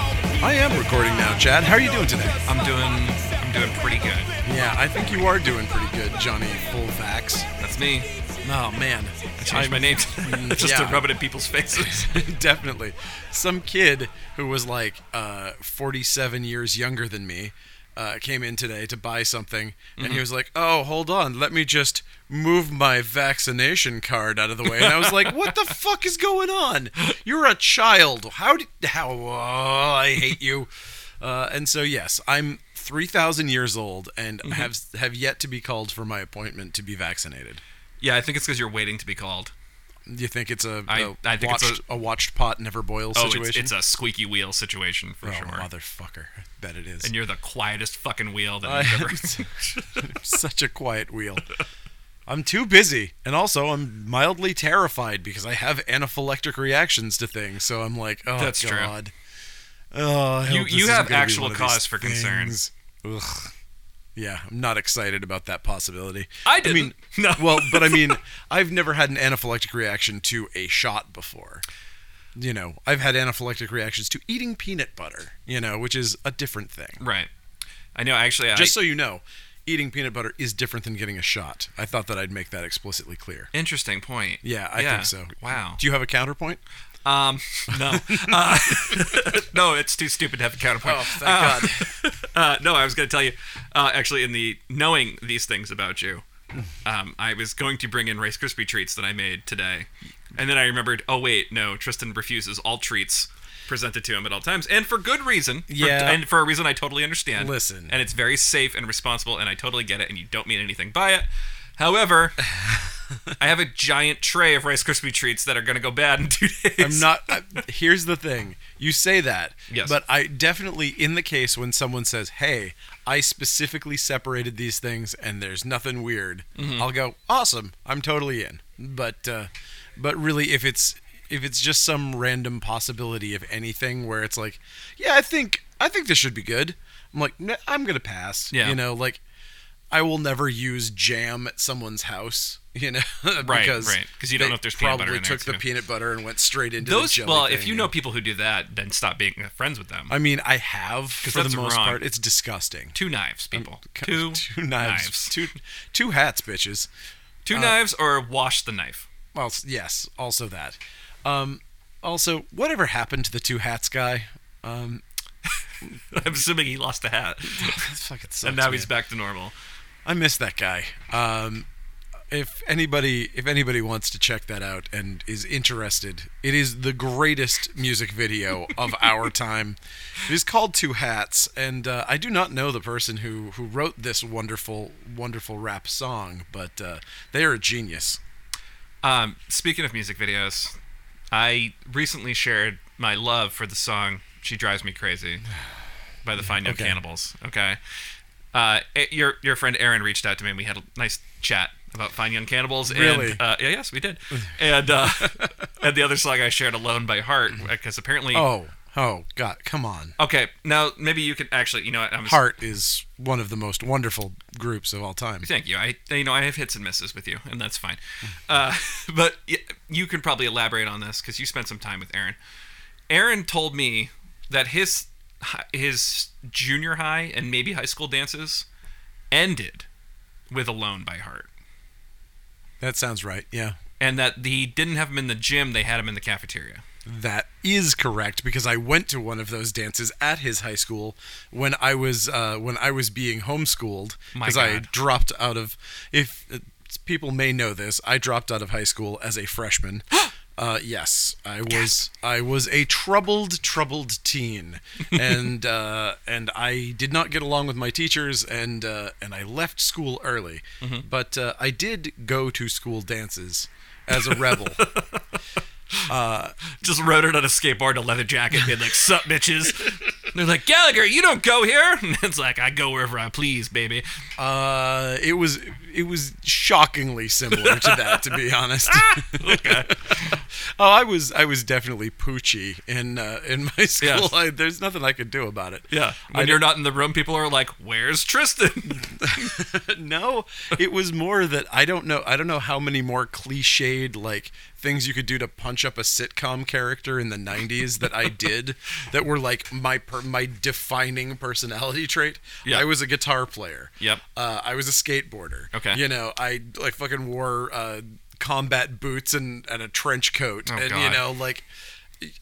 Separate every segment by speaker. Speaker 1: am recording now, Chad. How are you doing today?
Speaker 2: I'm doing I'm doing pretty good.
Speaker 1: Yeah, I think you are doing pretty good, Johnny Fullvax.
Speaker 2: That's me.
Speaker 1: Oh man,
Speaker 2: I changed my name to- just
Speaker 1: yeah.
Speaker 2: to rub it in people's faces.
Speaker 1: Definitely. Some kid who was like uh, 47 years younger than me uh, came in today to buy something, and
Speaker 2: Mm-hmm.
Speaker 1: he was like, "Oh, hold on, let me just move my vaccination card out of the way." And I was like, "What the fuck is going on? You're a child. How did how? Oh, I hate you." Uh, and so yes, I'm 3,000 years old and
Speaker 2: Mm-hmm.
Speaker 1: have have yet to be called for my appointment to be vaccinated.
Speaker 2: yeah, I think it's because you're waiting to be called.
Speaker 1: You think it's a
Speaker 2: I-
Speaker 1: a
Speaker 2: I think it's
Speaker 1: watched, a, watched pot never boils
Speaker 2: Oh, it's,
Speaker 1: situation?
Speaker 2: it's a squeaky wheel situation for
Speaker 1: oh,
Speaker 2: sure.
Speaker 1: motherfucker. I bet it is.
Speaker 2: And you're the quietest fucking wheel that
Speaker 1: I
Speaker 2: I've ever.
Speaker 1: am such a quiet wheel. I'm too busy, and also I'm mildly terrified because I have anaphylactic reactions to things. So I'm like, oh
Speaker 2: That's true.
Speaker 1: god. Oh, I
Speaker 2: You-
Speaker 1: hope this
Speaker 2: you
Speaker 1: isn't gonna
Speaker 2: have
Speaker 1: be
Speaker 2: actual
Speaker 1: one of these
Speaker 2: cause for concern.
Speaker 1: things. Ugh. Yeah, I'm not excited about that possibility.
Speaker 2: I
Speaker 1: I mean,
Speaker 2: didn't. No.
Speaker 1: Well, but I mean, I've never had an anaphylactic reaction to a shot before. You know, I've had anaphylactic reactions to eating peanut butter. You know, which is a different thing.
Speaker 2: right. I know. Actually,
Speaker 1: Just so
Speaker 2: I,
Speaker 1: you know, eating peanut butter is different than getting a shot. I thought that I'd make that explicitly clear.
Speaker 2: interesting point.
Speaker 1: Yeah, I think so.
Speaker 2: Wow.
Speaker 1: Do you have a counterpoint?
Speaker 2: Um, no, uh, no, it's too stupid to have a counterpoint.
Speaker 1: Oh, thank
Speaker 2: Uh, uh, no, I was going to tell you. Uh, actually, in the knowing these things about you, um, I was going to bring in Rice Krispie treats that I made today, and then I remembered. Oh wait, no, Tristan refuses all treats presented to him at all times, and for good reason. for-
Speaker 1: Yeah.
Speaker 2: and for a reason I totally understand.
Speaker 1: Listen.
Speaker 2: and it's very safe and responsible, and I totally get it, and you don't mean anything by it. However. I have a giant tray of Rice Krispie treats that are going to go bad in two days.
Speaker 1: I'm not. I, here's the thing. You say that,
Speaker 2: Yes.
Speaker 1: but I definitely, in the case when someone says, "Hey, I specifically separated these things, and there's nothing weird,"
Speaker 2: Mm-hmm.
Speaker 1: I'll go, "Awesome, I'm totally in." But, uh, but really, if it's if it's just some random possibility of anything where it's like, "Yeah, I think I think this should be good," I'm like, "Nah, "I'm gonna pass."
Speaker 2: Yeah.
Speaker 1: you know, like. I will never use jam at someone's house, you know, because
Speaker 2: right, 'cause you don't
Speaker 1: they
Speaker 2: know if there's peanut
Speaker 1: probably
Speaker 2: butter in there,
Speaker 1: took the
Speaker 2: too.
Speaker 1: peanut butter and went straight into the
Speaker 2: those
Speaker 1: jelly
Speaker 2: well if
Speaker 1: thing.
Speaker 2: you know people who do that then stop being friends with them
Speaker 1: I mean, I have for the
Speaker 2: that's
Speaker 1: most
Speaker 2: wrong.
Speaker 1: part. It's disgusting.
Speaker 2: two knives people two,
Speaker 1: two knives, Uh, two two hats, bitches.
Speaker 2: two knives or wash the knife
Speaker 1: Well, s- yes, also that. Um, also, whatever happened to the two hats guy? Um,
Speaker 2: i'm assuming he lost the hat
Speaker 1: that fucking sucks.
Speaker 2: and now
Speaker 1: man.
Speaker 2: he's back to normal
Speaker 1: I miss that guy. Um, if anybody if anybody wants to check that out and is interested, it is the greatest music video of our time. It is called Two Hats, and uh, I do not know the person who who wrote this wonderful wonderful rap song, but uh, they are a genius.
Speaker 2: um, speaking of music videos i recently shared my love for the song she drives me crazy by the fine young
Speaker 1: Okay.
Speaker 2: cannibals okay uh, eh, your your friend Aaron reached out to me and we had a nice chat about Fine Young Cannibals.
Speaker 1: Really?
Speaker 2: And, uh, yeah, yes, we did. And uh, and the other song I shared, Alone by Heart, because apparently
Speaker 1: Oh, oh, God, come on.
Speaker 2: Okay, now maybe you can actually, you know, what, I'm
Speaker 1: Heart is one of the most wonderful groups of all time.
Speaker 2: Thank you. I, you know, I have hits and misses with you, and that's fine. Uh, but y- you can probably elaborate on this because you spent some time with Aaron. Aaron told me that his hi- his junior high and maybe high school dances ended with "Alone" by Heart,
Speaker 1: That sounds right. Yeah.
Speaker 2: and that he didn't have him in the gym; they had him in the cafeteria.
Speaker 1: That is correct because I went to one of those dances at his high school when I was uh, when I was being homeschooled
Speaker 2: My
Speaker 1: because I
Speaker 2: God.
Speaker 1: dropped out of if uh, people may know this I dropped out of high school as a freshman. Uh, yes, I was I was a troubled troubled teen, and uh, and I did not get along with my teachers, and uh, and I left school early.
Speaker 2: Mm-hmm.
Speaker 1: But uh, I did go to school dances as a rebel.
Speaker 2: Just rode it on a skateboard, in a leather jacket, being like, "Sup, bitches." They're like, "Gallagher, you don't go here." And it's like, "I go wherever I please, baby."
Speaker 1: Uh, it was it was shockingly similar to that, to be honest.
Speaker 2: Okay.
Speaker 1: oh, I was I was definitely poochy in uh, in my school.
Speaker 2: Yes.
Speaker 1: I, there's nothing I could do about it.
Speaker 2: Yeah. When you're not in the room, people are like, "Where's Tristan?"
Speaker 1: no, it was more that I don't know. I don't know how many more cliched like things you could do to punch up a sitcom character in the '90s that I did that were like my per, my defining personality trait.
Speaker 2: Yeah.
Speaker 1: I was a guitar player.
Speaker 2: Yep.
Speaker 1: Uh, I was a skateboarder.
Speaker 2: Okay.
Speaker 1: You know, I like fucking wore uh, combat boots and and a trench coat,
Speaker 2: Oh,
Speaker 1: and you
Speaker 2: God.
Speaker 1: know, like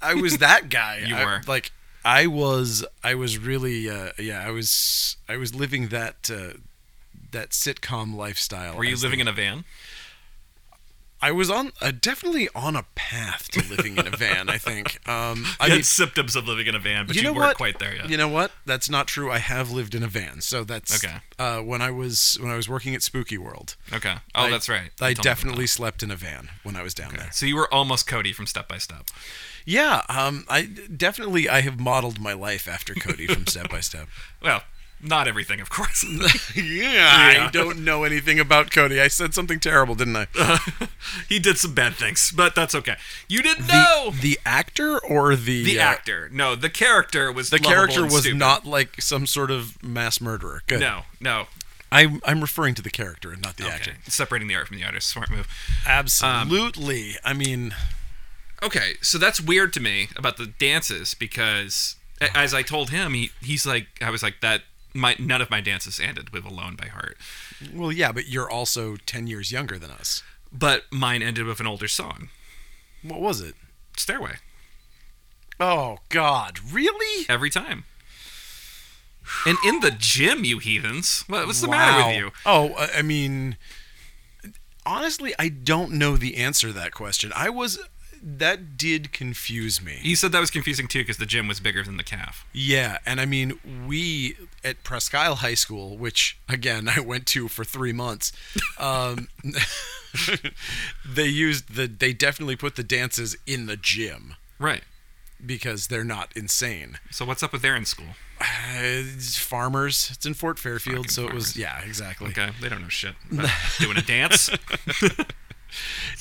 Speaker 1: I was that guy.
Speaker 2: You
Speaker 1: I-
Speaker 2: were.
Speaker 1: like I was. I was really. Uh, yeah, I was. I was living that. Uh, that sitcom lifestyle.
Speaker 2: Were you living in a van?
Speaker 1: I was on uh, definitely on a path to living in a van. I think. Um, I
Speaker 2: You
Speaker 1: mean,
Speaker 2: had symptoms of living in a van, but
Speaker 1: you
Speaker 2: you,
Speaker 1: know
Speaker 2: weren't
Speaker 1: what?
Speaker 2: quite there yet.
Speaker 1: You know what? That's not true. I have lived in a van, so that's
Speaker 2: Okay.
Speaker 1: Uh, when I was when I was working at Spooky World,
Speaker 2: Okay. Oh,
Speaker 1: I-
Speaker 2: that's right. You
Speaker 1: I
Speaker 2: told me about
Speaker 1: definitely slept in a van when I was down there.
Speaker 2: that. So you were almost Cody from Step by Step.
Speaker 1: Yeah, um, I definitely I have modeled my life after Cody from Step by Step.
Speaker 2: Well, not everything, of course.
Speaker 1: yeah,
Speaker 2: Yeah.
Speaker 1: I don't know anything about Cody. I said something terrible, didn't I?
Speaker 2: he did some bad things, but that's okay. You didn't know
Speaker 1: the, the actor or the
Speaker 2: the
Speaker 1: uh,
Speaker 2: actor. No, the character was
Speaker 1: The character was
Speaker 2: not.
Speaker 1: not like some sort of mass murderer. Good.
Speaker 2: No, no.
Speaker 1: I'm I'm referring to the character and not the
Speaker 2: Okay. Um,
Speaker 1: actor.
Speaker 2: Separating the art from the artist, smart move.
Speaker 1: Absolutely. I mean,
Speaker 2: Okay, so that's weird to me about the dances because, a- as I told him, he he's like, I was like that. My none of my dances ended with "Alone" by heart,
Speaker 1: well, yeah, but you're also ten years younger than us.
Speaker 2: but mine ended with an older song,
Speaker 1: What was it?
Speaker 2: "Stairway."
Speaker 1: Oh God, really?
Speaker 2: Every time. And in the gym, you heathens. What, what's the matter with
Speaker 1: Wow.
Speaker 2: you?
Speaker 1: Oh, I- I mean, honestly, I don't know the answer to that question. I was that did confuse me.
Speaker 2: You said that was confusing too because the gym was bigger than the calf.
Speaker 1: Yeah, and I mean, we at Presque Isle High School, which again I went to for three months, um, they used the they definitely put the dances in the gym
Speaker 2: Right.
Speaker 1: because they're not insane.
Speaker 2: So what's up with Aaron's school?
Speaker 1: Uh, it's farmers, it's in Fort Fairfield,
Speaker 2: Fucking
Speaker 1: so it
Speaker 2: farmers.
Speaker 1: was yeah, exactly.
Speaker 2: Okay, uh, they don't know shit. about doing a dance.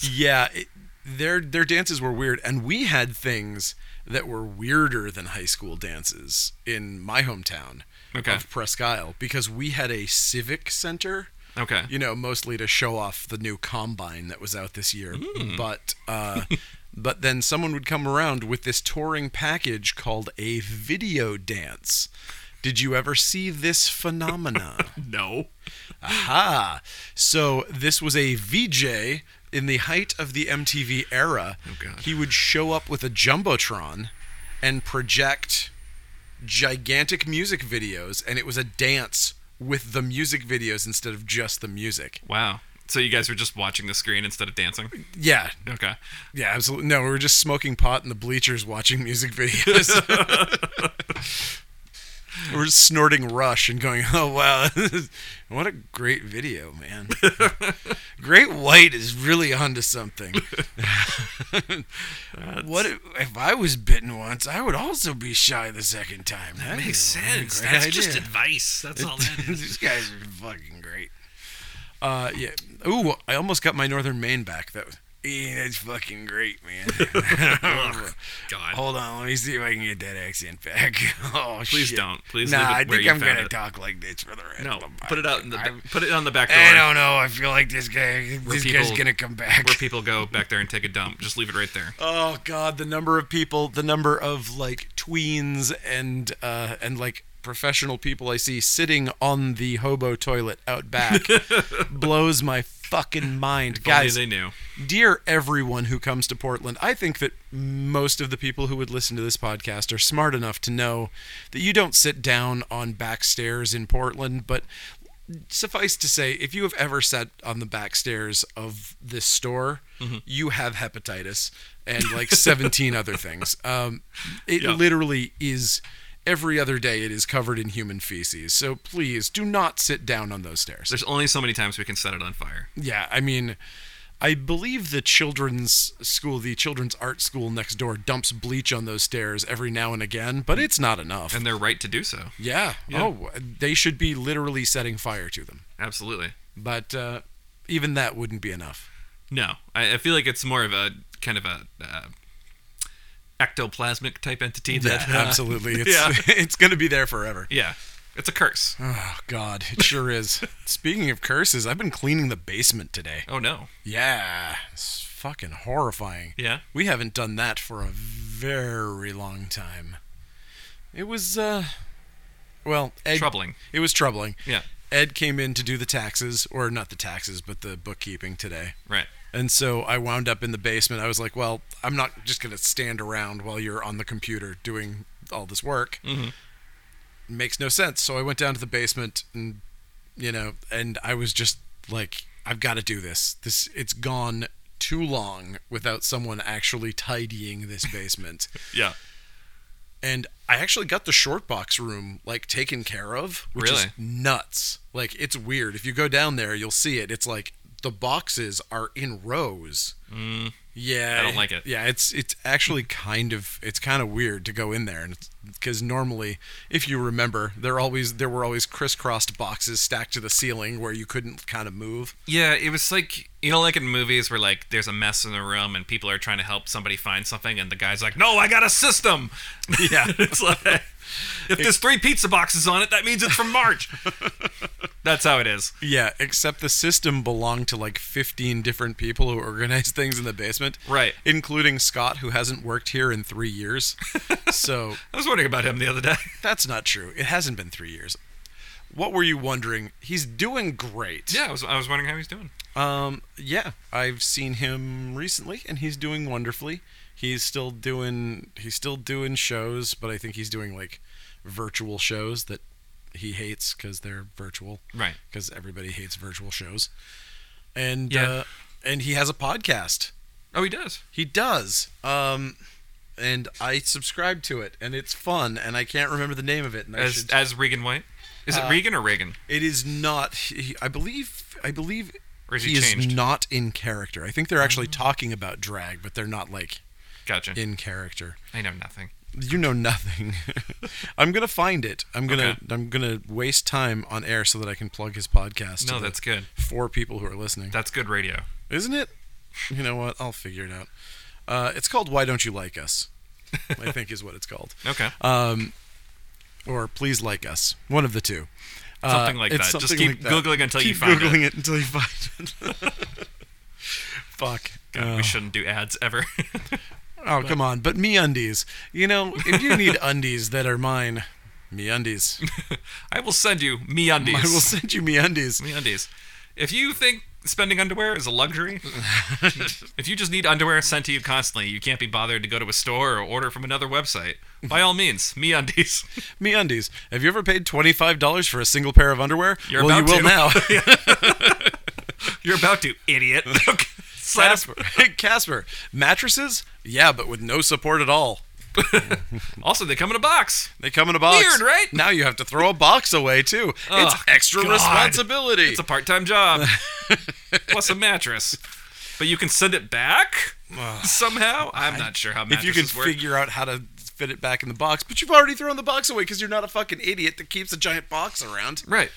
Speaker 1: Yeah, it, their their dances were weird, and we had things that were weirder than high school dances in my hometown
Speaker 2: Okay.
Speaker 1: of Presque Isle because we had a civic center.
Speaker 2: Okay.
Speaker 1: You know, mostly to show off the new combine that was out this year, but. Uh, But then someone would come around with this touring package called a video dance. Did you ever see this phenomenon?
Speaker 2: No.
Speaker 1: Aha! So this was a VJ in the height of the MTV era.
Speaker 2: God.
Speaker 1: He would show up with a jumbotron and project gigantic music videos, and it was a dance with the music videos instead of just the music.
Speaker 2: Wow. So you guys were just watching the screen instead of dancing?
Speaker 1: Yeah,
Speaker 2: Okay.
Speaker 1: yeah, absolutely. No, we were just smoking pot in the bleachers, watching music videos. we were just snorting Rush and going, "Oh wow, what a great video, man! great White is really onto something." what if, if I was bitten once? I would also be shy the second time. That
Speaker 2: advice. That's all that
Speaker 1: These guys are fucking great. Uh, yeah. Ooh, I almost got my Northern Maine back. That was, Eh, that's fucking great, man.
Speaker 2: God.
Speaker 1: Hold on, let me see if I can get that accent back. Oh,
Speaker 2: Please
Speaker 1: shit.
Speaker 2: don't. Please leave
Speaker 1: Nah,
Speaker 2: it
Speaker 1: I
Speaker 2: where
Speaker 1: think
Speaker 2: you
Speaker 1: I'm
Speaker 2: found
Speaker 1: gonna
Speaker 2: it.
Speaker 1: talk like this for the rest.
Speaker 2: No,
Speaker 1: of my
Speaker 2: put it out in the
Speaker 1: life.
Speaker 2: put it on the back door
Speaker 1: I don't know. I feel like this guy. This
Speaker 2: people-
Speaker 1: guy's gonna come back.
Speaker 2: where people go back there and take a dump. Just leave it right there.
Speaker 1: Oh God, the number of people, the number of like tweens and uh, and like professional people I see sitting on the hobo toilet out back blows my fucking mind,
Speaker 2: If only
Speaker 1: guys.
Speaker 2: they knew.
Speaker 1: Dear everyone who comes to Portland, I think that most of the people who would listen to this podcast are smart enough to know that you don't sit down on back stairs in Portland, but suffice to say, if you have ever sat on the back stairs of this store, you have hepatitis and like 17 other things. Um, it
Speaker 2: Yeah.
Speaker 1: literally is every other day it is covered in human feces. So please do not sit down on those stairs.
Speaker 2: There's only so many times we can set it on fire.
Speaker 1: Yeah, I mean, I believe the children's school, the children's art school next door, dumps bleach on those stairs every now and again, but it's not enough.
Speaker 2: And they're right to do so.
Speaker 1: yeah. Oh, they should be literally setting fire to them.
Speaker 2: Absolutely.
Speaker 1: But uh, even that wouldn't be enough.
Speaker 2: No. I, I feel like it's more of a kind of a uh, ectoplasmic type entity that
Speaker 1: absolutely. It's
Speaker 2: yeah.
Speaker 1: it's going to be there forever.
Speaker 2: Yeah. It's a curse.
Speaker 1: Oh God, it sure is. Speaking of curses, I've been cleaning the basement today.
Speaker 2: Oh no.
Speaker 1: Yeah, it's fucking horrifying.
Speaker 2: Yeah.
Speaker 1: We haven't done that for a very long time. It was uh, well, Ed,
Speaker 2: Troubling.
Speaker 1: It was troubling.
Speaker 2: Yeah.
Speaker 1: Ed came in to do the taxes, or not the taxes, but the bookkeeping today.
Speaker 2: Right.
Speaker 1: And so I wound up in the basement. I was like, well, I'm not just going to stand around while you're on the computer doing all this work. Makes no sense. So I went down to the basement and, you know, and I was just like, I've got to do this. This it's gone too long without someone actually tidying this basement.
Speaker 2: Yeah.
Speaker 1: and I actually got the short box room like taken care of, which is
Speaker 2: Really?
Speaker 1: nuts. Like it's weird. If you go down there, you'll see it. It's like the boxes are in rows. Yeah,
Speaker 2: Mm. I don't like it.
Speaker 1: Yeah, it's it's actually kind of it's kind of weird to go in there, and because normally, if you remember, there always there were always crisscrossed boxes stacked to the ceiling where you couldn't kind of move.
Speaker 2: Yeah, it was like you know, like in movies where like there's a mess in the room and people are trying to help somebody find something, and the guy's like, "No, I got a system."
Speaker 1: Yeah.
Speaker 2: it's like if there's three pizza boxes on it, that means it's from March. That's how it is.
Speaker 1: Yeah, except the system belonged to like 15 different people who organized things in the basement.
Speaker 2: Right.
Speaker 1: Including Scott, who hasn't worked here in three years. so
Speaker 2: I was wondering about him the other day.
Speaker 1: that's not true. It hasn't been three years. What were you wondering? He's doing great.
Speaker 2: Yeah, I was I was wondering how he's doing.
Speaker 1: Um, yeah, I've seen him recently, and he's doing wonderfully. He's still doing he's still doing shows, but I think he's doing like virtual shows that he hates because they're virtual
Speaker 2: Right.
Speaker 1: because everybody hates virtual shows. And
Speaker 2: Yeah.
Speaker 1: uh, and he has a podcast.
Speaker 2: Oh, he does.
Speaker 1: He does. Um, and I subscribe to it, and it's fun. And I can't remember the name of it. And I
Speaker 2: As
Speaker 1: should, Uh,
Speaker 2: as Regan White. Is it Regan or Reagan?
Speaker 1: it is not. He, I believe. I believe.
Speaker 2: Or is he
Speaker 1: he is
Speaker 2: changed?
Speaker 1: not in character. I think they're actually talking about drag, but they're not like
Speaker 2: Gotcha.
Speaker 1: in character.
Speaker 2: I know nothing.
Speaker 1: You know nothing. I'm gonna find it. I'm gonna.
Speaker 2: Okay.
Speaker 1: I'm gonna waste time on air so that I can plug his podcast. to
Speaker 2: No,
Speaker 1: the
Speaker 2: that's good.
Speaker 1: Four people who are listening.
Speaker 2: That's good radio.
Speaker 1: isn't it? You know what? I'll figure it out. Uh, it's called "Why Don't You Like Us," I think is what it's called,
Speaker 2: Okay.
Speaker 1: Uh, or "Please Like Us," one of the two. Uh,
Speaker 2: Something like
Speaker 1: it's
Speaker 2: that. Just
Speaker 1: something
Speaker 2: keep
Speaker 1: like that.
Speaker 2: Googling until you
Speaker 1: Keep
Speaker 2: find it.
Speaker 1: Googling it. until you find it. Fuck.
Speaker 2: God,
Speaker 1: Oh.
Speaker 2: we shouldn't do ads ever.
Speaker 1: oh, come on. But me undies. You know, if you need undies that are mine, me undies.
Speaker 2: I will send you me undies.
Speaker 1: I will send you me undies.
Speaker 2: me undies. If you think spending underwear is a luxury, if you just need underwear sent to you constantly, you can't be bothered to go to a store or order from another website. By all means, me undies.
Speaker 1: Me undies. Have you ever paid twenty-five dollars for a single pair of underwear?
Speaker 2: You're
Speaker 1: well,
Speaker 2: about
Speaker 1: you will
Speaker 2: to.
Speaker 1: now.
Speaker 2: You're about to, idiot. Okay. Sign up.
Speaker 1: Casper. Casper. Mattresses? Yeah, but with no support at all.
Speaker 2: Also, they come in a box.
Speaker 1: They come in a box.
Speaker 2: Weird, right?
Speaker 1: Now you have to throw a box away too. it's
Speaker 2: Oh,
Speaker 1: extra
Speaker 2: God.
Speaker 1: responsibility.
Speaker 2: It's a part-time job, plus a mattress. But you can send it back somehow. I'm not sure how
Speaker 1: if you
Speaker 2: mattresses
Speaker 1: can
Speaker 2: work.
Speaker 1: figure out how to fit it back in the box, but you've already thrown the box away because you're not a fucking idiot that keeps a giant box around.
Speaker 2: Right.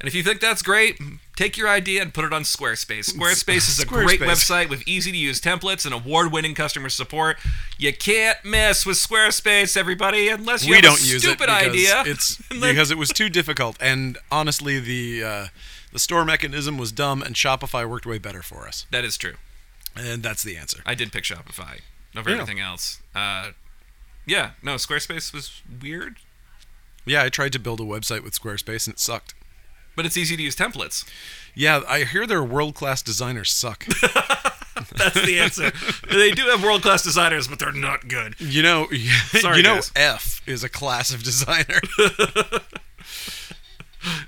Speaker 2: And if you think that's great, take your idea and put it on Squarespace. Squarespace is a great
Speaker 1: Squarespace.
Speaker 2: website with easy to use templates and award winning customer support. You can't mess with Squarespace, everybody, unless you
Speaker 1: we
Speaker 2: have
Speaker 1: don't
Speaker 2: a
Speaker 1: use it
Speaker 2: stupid
Speaker 1: because
Speaker 2: idea.
Speaker 1: it's
Speaker 2: And then-
Speaker 1: because it was too difficult, and honestly, the uh, the store mechanism was dumb, and Shopify worked way better for us.
Speaker 2: that is true.
Speaker 1: And that's the answer.
Speaker 2: I did pick Shopify over
Speaker 1: Yeah.
Speaker 2: everything else. Uh, yeah, no, Squarespace was weird,
Speaker 1: Yeah, I tried to build a website with Squarespace, and it sucked.
Speaker 2: but it's easy to use templates.
Speaker 1: Yeah, I hear their world class designers suck.
Speaker 2: That's the answer. they do have world class designers, but they're not good.
Speaker 1: You know,
Speaker 2: Sorry,
Speaker 1: you know,
Speaker 2: guys.
Speaker 1: F is a class of designer.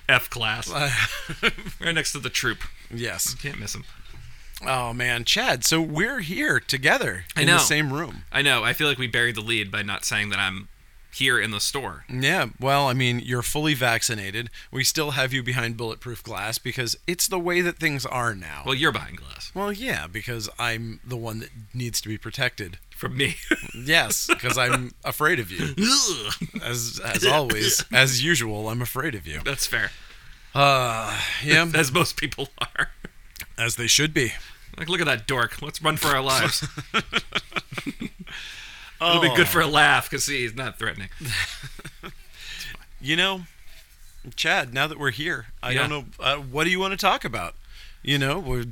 Speaker 2: F class. right next to the troop.
Speaker 1: yes.
Speaker 2: Can't miss them.
Speaker 1: Oh man, Chad. So we're here together
Speaker 2: I
Speaker 1: in the
Speaker 2: know.
Speaker 1: same room.
Speaker 2: I know. I feel like we buried the lead by not saying that I'm here in the store.
Speaker 1: Yeah. Well, I mean, you're fully vaccinated. We still have you behind bulletproof glass because it's the way that things are now.
Speaker 2: Well, you're behind glass
Speaker 1: Well, yeah, because I'm the one that needs to be protected.
Speaker 2: from me.
Speaker 1: Yes, because I'm afraid of you. As as always, as usual, I'm afraid of you.
Speaker 2: That's fair.
Speaker 1: Uh, yeah,
Speaker 2: As most people are.
Speaker 1: as they should be.
Speaker 2: Like, look at that dork. Let's run for our lives. It'll be good for a laugh because he's not threatening.
Speaker 1: you know, Chad, now that we're here, I
Speaker 2: Yeah.
Speaker 1: don't know. Uh, what do you want to talk about? You know, we're,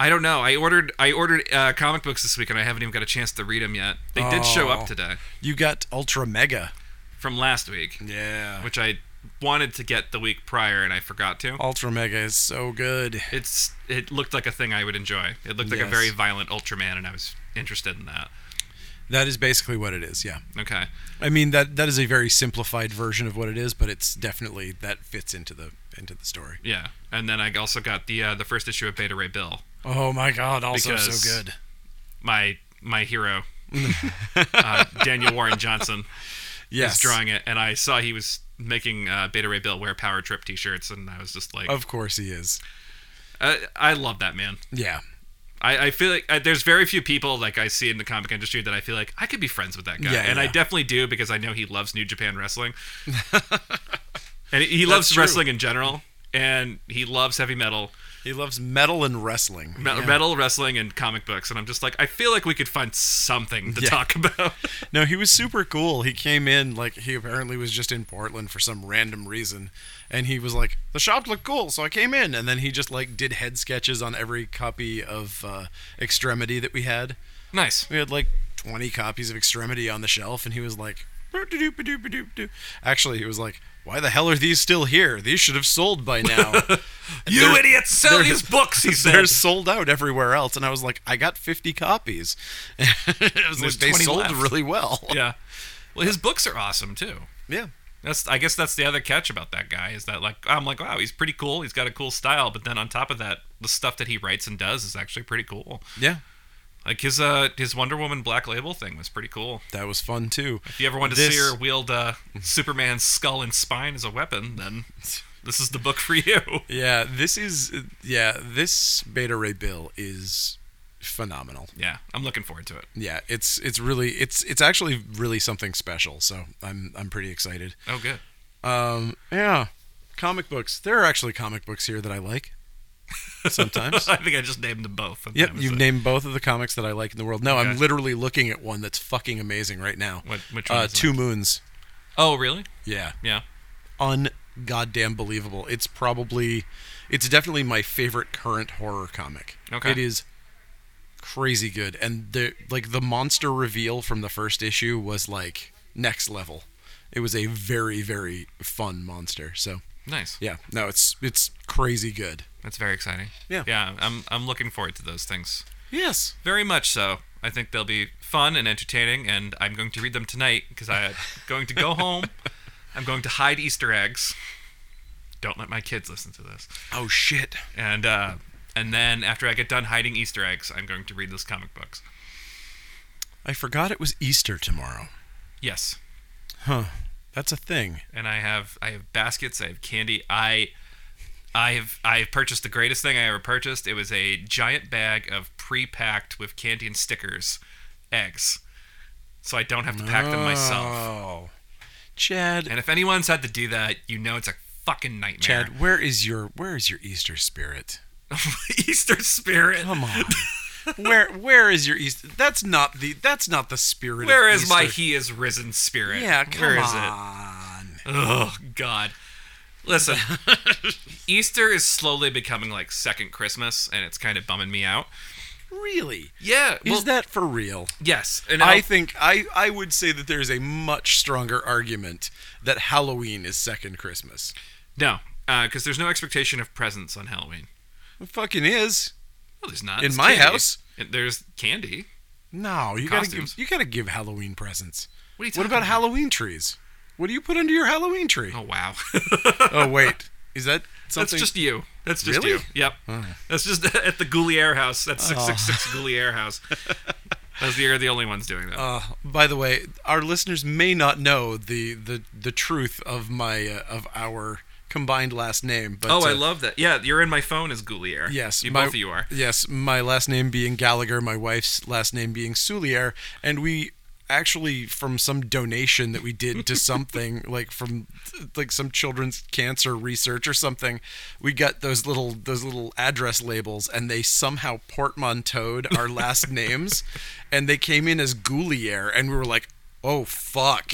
Speaker 2: I don't know. I ordered I ordered uh, comic books this week and I haven't even got a chance to read them yet. They did show
Speaker 1: Oh.
Speaker 2: up today
Speaker 1: you got Ultra Mega.
Speaker 2: from last week,
Speaker 1: Yeah.
Speaker 2: which I wanted to get the week prior and I forgot to.
Speaker 1: Ultra Mega is so good.
Speaker 2: It's it looked like a thing I would enjoy. It looked like
Speaker 1: Yes.
Speaker 2: a very violent Ultraman and I was interested in that.
Speaker 1: That is basically what it is. Yeah.
Speaker 2: Okay.
Speaker 1: I mean that that is a very simplified version of what it is, but it's definitely that fits into the into the story.
Speaker 2: Yeah. And then I also got the uh, the first issue of Beta Ray Bill.
Speaker 1: Oh my god, also
Speaker 2: Because-
Speaker 1: so good.
Speaker 2: My my hero uh, Daniel Warren Johnson
Speaker 1: Yes.
Speaker 2: was drawing it and I saw he was making uh, Beta Ray Bill wear power trip t-shirts and I was just like
Speaker 1: Of course he is.
Speaker 2: I, I love that man.
Speaker 1: Yeah.
Speaker 2: I, I feel like I, there's very few people like I see in the comic industry that I feel like I could be friends with that guy,
Speaker 1: Yeah,
Speaker 2: and I
Speaker 1: yeah.
Speaker 2: definitely do because I know he loves New Japan wrestling, and he
Speaker 1: That's
Speaker 2: loves
Speaker 1: true.
Speaker 2: wrestling in general, and he loves heavy metal,
Speaker 1: He loves metal and wrestling.
Speaker 2: me- metal wrestling, and comic books, and I'm just like I feel like we could find something to
Speaker 1: Yeah.
Speaker 2: talk about.
Speaker 1: No, he was super cool. He came in like he apparently was just in Portland for some random reason, and he was like, "The shop looked cool, so I came in." And then he just like did head sketches on every copy of uh, Extremity that we had.
Speaker 2: nice.
Speaker 1: We had like 20 copies of Extremity on the shelf, and he was like, "Doop-doop-doop-doop-doop-doop." Actually, he was like, "Why the hell are these still here? These should have sold by now."
Speaker 2: You
Speaker 1: They're-
Speaker 2: idiots, sell
Speaker 1: they're-
Speaker 2: these books. He said.
Speaker 1: They're sold out everywhere else, and I was like, "I got 50 copies." it was
Speaker 2: There's
Speaker 1: like they
Speaker 2: 20
Speaker 1: sold
Speaker 2: left.
Speaker 1: really well.
Speaker 2: yeah. Well, his books are awesome too.
Speaker 1: yeah.
Speaker 2: That's I guess that's the other catch about that guy is that like I'm like wow he's pretty cool he's got a cool style but then on top of that the stuff that he writes and does is actually pretty cool
Speaker 1: Yeah.
Speaker 2: like his uh his Wonder Woman Black Label thing was pretty cool
Speaker 1: That was fun too.
Speaker 2: if you ever wanted to see
Speaker 1: This-
Speaker 2: her wield uh, Superman's skull and spine as a weapon then this is the book for you
Speaker 1: Yeah, this is yeah, this Beta Ray Bill is phenomenal.
Speaker 2: yeah I'm looking forward to it
Speaker 1: Yeah, it's it's really it's it's actually really something special. So I'm I'm pretty excited.
Speaker 2: oh good
Speaker 1: Um, yeah, comic books. There are actually comic books here that I like. Sometimes.
Speaker 2: I think I just named them both And
Speaker 1: yep,
Speaker 2: that was
Speaker 1: you've
Speaker 2: it.
Speaker 1: named both of the comics that I like in the world. No, I'm
Speaker 2: Okay.
Speaker 1: literally looking at one that's fucking amazing right now.
Speaker 2: What- which one
Speaker 1: Uh,
Speaker 2: is
Speaker 1: Two Moons.
Speaker 2: oh really
Speaker 1: Yeah.
Speaker 2: yeah
Speaker 1: un goddamn believable. It's probably it's definitely my favorite current horror comic.
Speaker 2: Okay.
Speaker 1: It is crazy good and the like the monster reveal from the first issue was like next level. It was a very very fun monster. So,
Speaker 2: nice
Speaker 1: yeah. No, it's it's crazy good.
Speaker 2: that's very exciting
Speaker 1: Yeah.
Speaker 2: yeah I'm I'm looking forward to those things
Speaker 1: Yes.
Speaker 2: Very much so. I think they'll be fun and entertaining, and I'm going to read them tonight because I'm going to go home. I'm going to hide Easter eggs. Don't let my kids listen to this.
Speaker 1: Oh shit.
Speaker 2: And uh, and then after I get done hiding Easter eggs, I'm going to read those comic books.
Speaker 1: I forgot it was Easter tomorrow.
Speaker 2: Yes,
Speaker 1: Huh. That's a thing.
Speaker 2: and I have I have baskets. I have candy. I I have I have purchased the greatest thing I ever purchased. It was a giant bag of pre-packed with candy and stickers eggs, so I don't have to pack them myself.
Speaker 1: Oh. Chad,
Speaker 2: And if anyone's had to do that, you know it's a fucking nightmare.
Speaker 1: Chad, where is your where is your Easter spirit?
Speaker 2: Easter spirit.
Speaker 1: Come on. where where is your Easter? That's not the that's not the spirit.
Speaker 2: Where
Speaker 1: of
Speaker 2: is my
Speaker 1: Easter.
Speaker 2: he is risen spirit?
Speaker 1: Yeah, come
Speaker 2: Where is it?
Speaker 1: on.
Speaker 2: Oh God. Listen, Easter is slowly becoming like second Christmas, and it's kind of bumming me out.
Speaker 1: Really?
Speaker 2: Yeah. Well,
Speaker 1: is that for real?
Speaker 2: yes. And
Speaker 1: I
Speaker 2: I
Speaker 1: think I, I would say that there is a much stronger argument that Halloween is second Christmas.
Speaker 2: no, because there's no expectation of presents on Halloween.
Speaker 1: It fucking is.
Speaker 2: No, there's not.
Speaker 1: In
Speaker 2: It's
Speaker 1: my
Speaker 2: candy.
Speaker 1: house?
Speaker 2: And There's candy.
Speaker 1: No, you gotta
Speaker 2: Costumes.
Speaker 1: give you gotta give Halloween presents.
Speaker 2: What are you
Speaker 1: What
Speaker 2: talking
Speaker 1: about Halloween trees? What do you put under your Halloween tree?
Speaker 2: Oh wow.
Speaker 1: Oh wait, is that something?
Speaker 2: That's just you. That's just
Speaker 1: Really?
Speaker 2: you. Yep. That's just at the Goulier house. That's
Speaker 1: Oh.
Speaker 2: 666 Goulier house. That's the, you're the only ones doing that.
Speaker 1: Uh, by the way, our listeners may not know the the, the truth of my uh, of our combined last name. But
Speaker 2: oh, I
Speaker 1: uh,
Speaker 2: love that. Yeah, you're in my phone is Goulier.
Speaker 1: yes,
Speaker 2: You,
Speaker 1: my-
Speaker 2: both of you are.
Speaker 1: Yes, my last name being Gallagher, my wife's last name being Soulier, and we actually from some donation that we did to something like from like some children's cancer research or something we got those little those little address labels and they somehow portmanteaued our last names and they came in as Goulier and we were like oh fuck,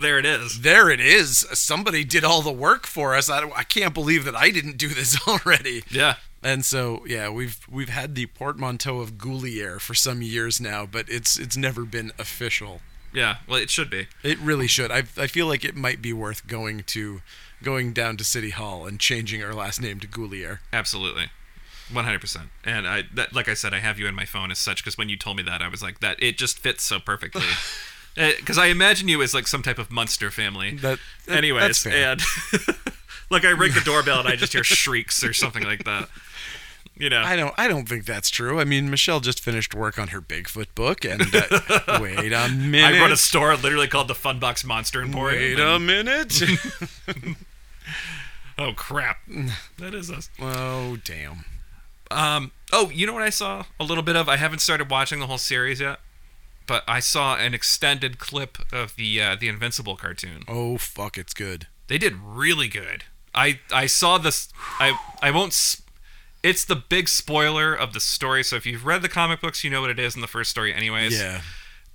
Speaker 2: there it is.
Speaker 1: there it is. Somebody did all the work for us. I, I can't believe that I didn't do this already.
Speaker 2: Yeah.
Speaker 1: And so yeah, we've we've had the portmanteau of Goulier for some years now, but it's it's never been official.
Speaker 2: Yeah. Well, it should be.
Speaker 1: It really should. I I feel like it might be worth going to going down to City Hall and changing our last name to Goulier.
Speaker 2: Absolutely. 100%. And I that, like I said I have you in my phone as such cuz when you told me that I was like that it just fits so perfectly. Because I imagine you as like some type of monster family.
Speaker 1: That- that- that's
Speaker 2: Anyways,
Speaker 1: fair.
Speaker 2: and like I ring the doorbell and I just hear shrieks or something like that. You know,
Speaker 1: I don't I don't think that's true. I mean, Michelle just finished work on her Bigfoot book and uh, wait a minute.
Speaker 2: I run a store literally called the Funbox Monster Emporium.
Speaker 1: wait
Speaker 2: and-
Speaker 1: a minute.
Speaker 2: Oh crap, that is us.
Speaker 1: oh damn.
Speaker 2: Um, oh, you know what I saw a little bit of? I haven't started watching the whole series yet, but I saw an extended clip of the uh, the Invincible cartoon.
Speaker 1: Oh fuck, it's good.
Speaker 2: They did really good. I I saw this. I I won't. s it's the big spoiler of the story. So if you've read the comic books, you know what it is in the first story, anyways.
Speaker 1: Yeah.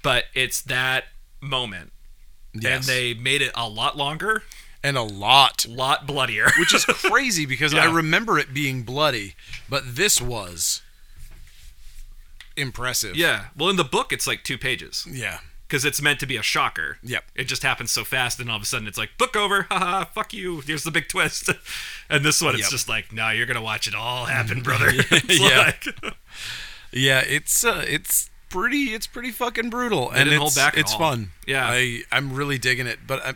Speaker 2: But it's that moment,
Speaker 1: Yes.
Speaker 2: and they made it a lot longer,
Speaker 1: and a lot
Speaker 2: lot bloodier.
Speaker 1: which is crazy because I
Speaker 2: Yeah.
Speaker 1: remember it being bloody, but this was impressive.
Speaker 2: yeah. Well, in the book, it's like two pages.
Speaker 1: Yeah.
Speaker 2: because it's meant to be a shocker.
Speaker 1: Yep.
Speaker 2: It just happens so fast, and all of a sudden it's like book over, haha, fuck you. Here's the big twist. And this
Speaker 1: Yep.
Speaker 2: one,
Speaker 1: Mm-hmm.
Speaker 2: it's just like, no, you're gonna watch it all happen, brother. It's
Speaker 1: Yeah.
Speaker 2: like-
Speaker 1: Yeah, it's uh, it's pretty it's pretty fucking brutal and
Speaker 2: didn't
Speaker 1: it's
Speaker 2: hold back at
Speaker 1: it's
Speaker 2: all.
Speaker 1: fun.
Speaker 2: Yeah.
Speaker 1: I I'm really digging it, but I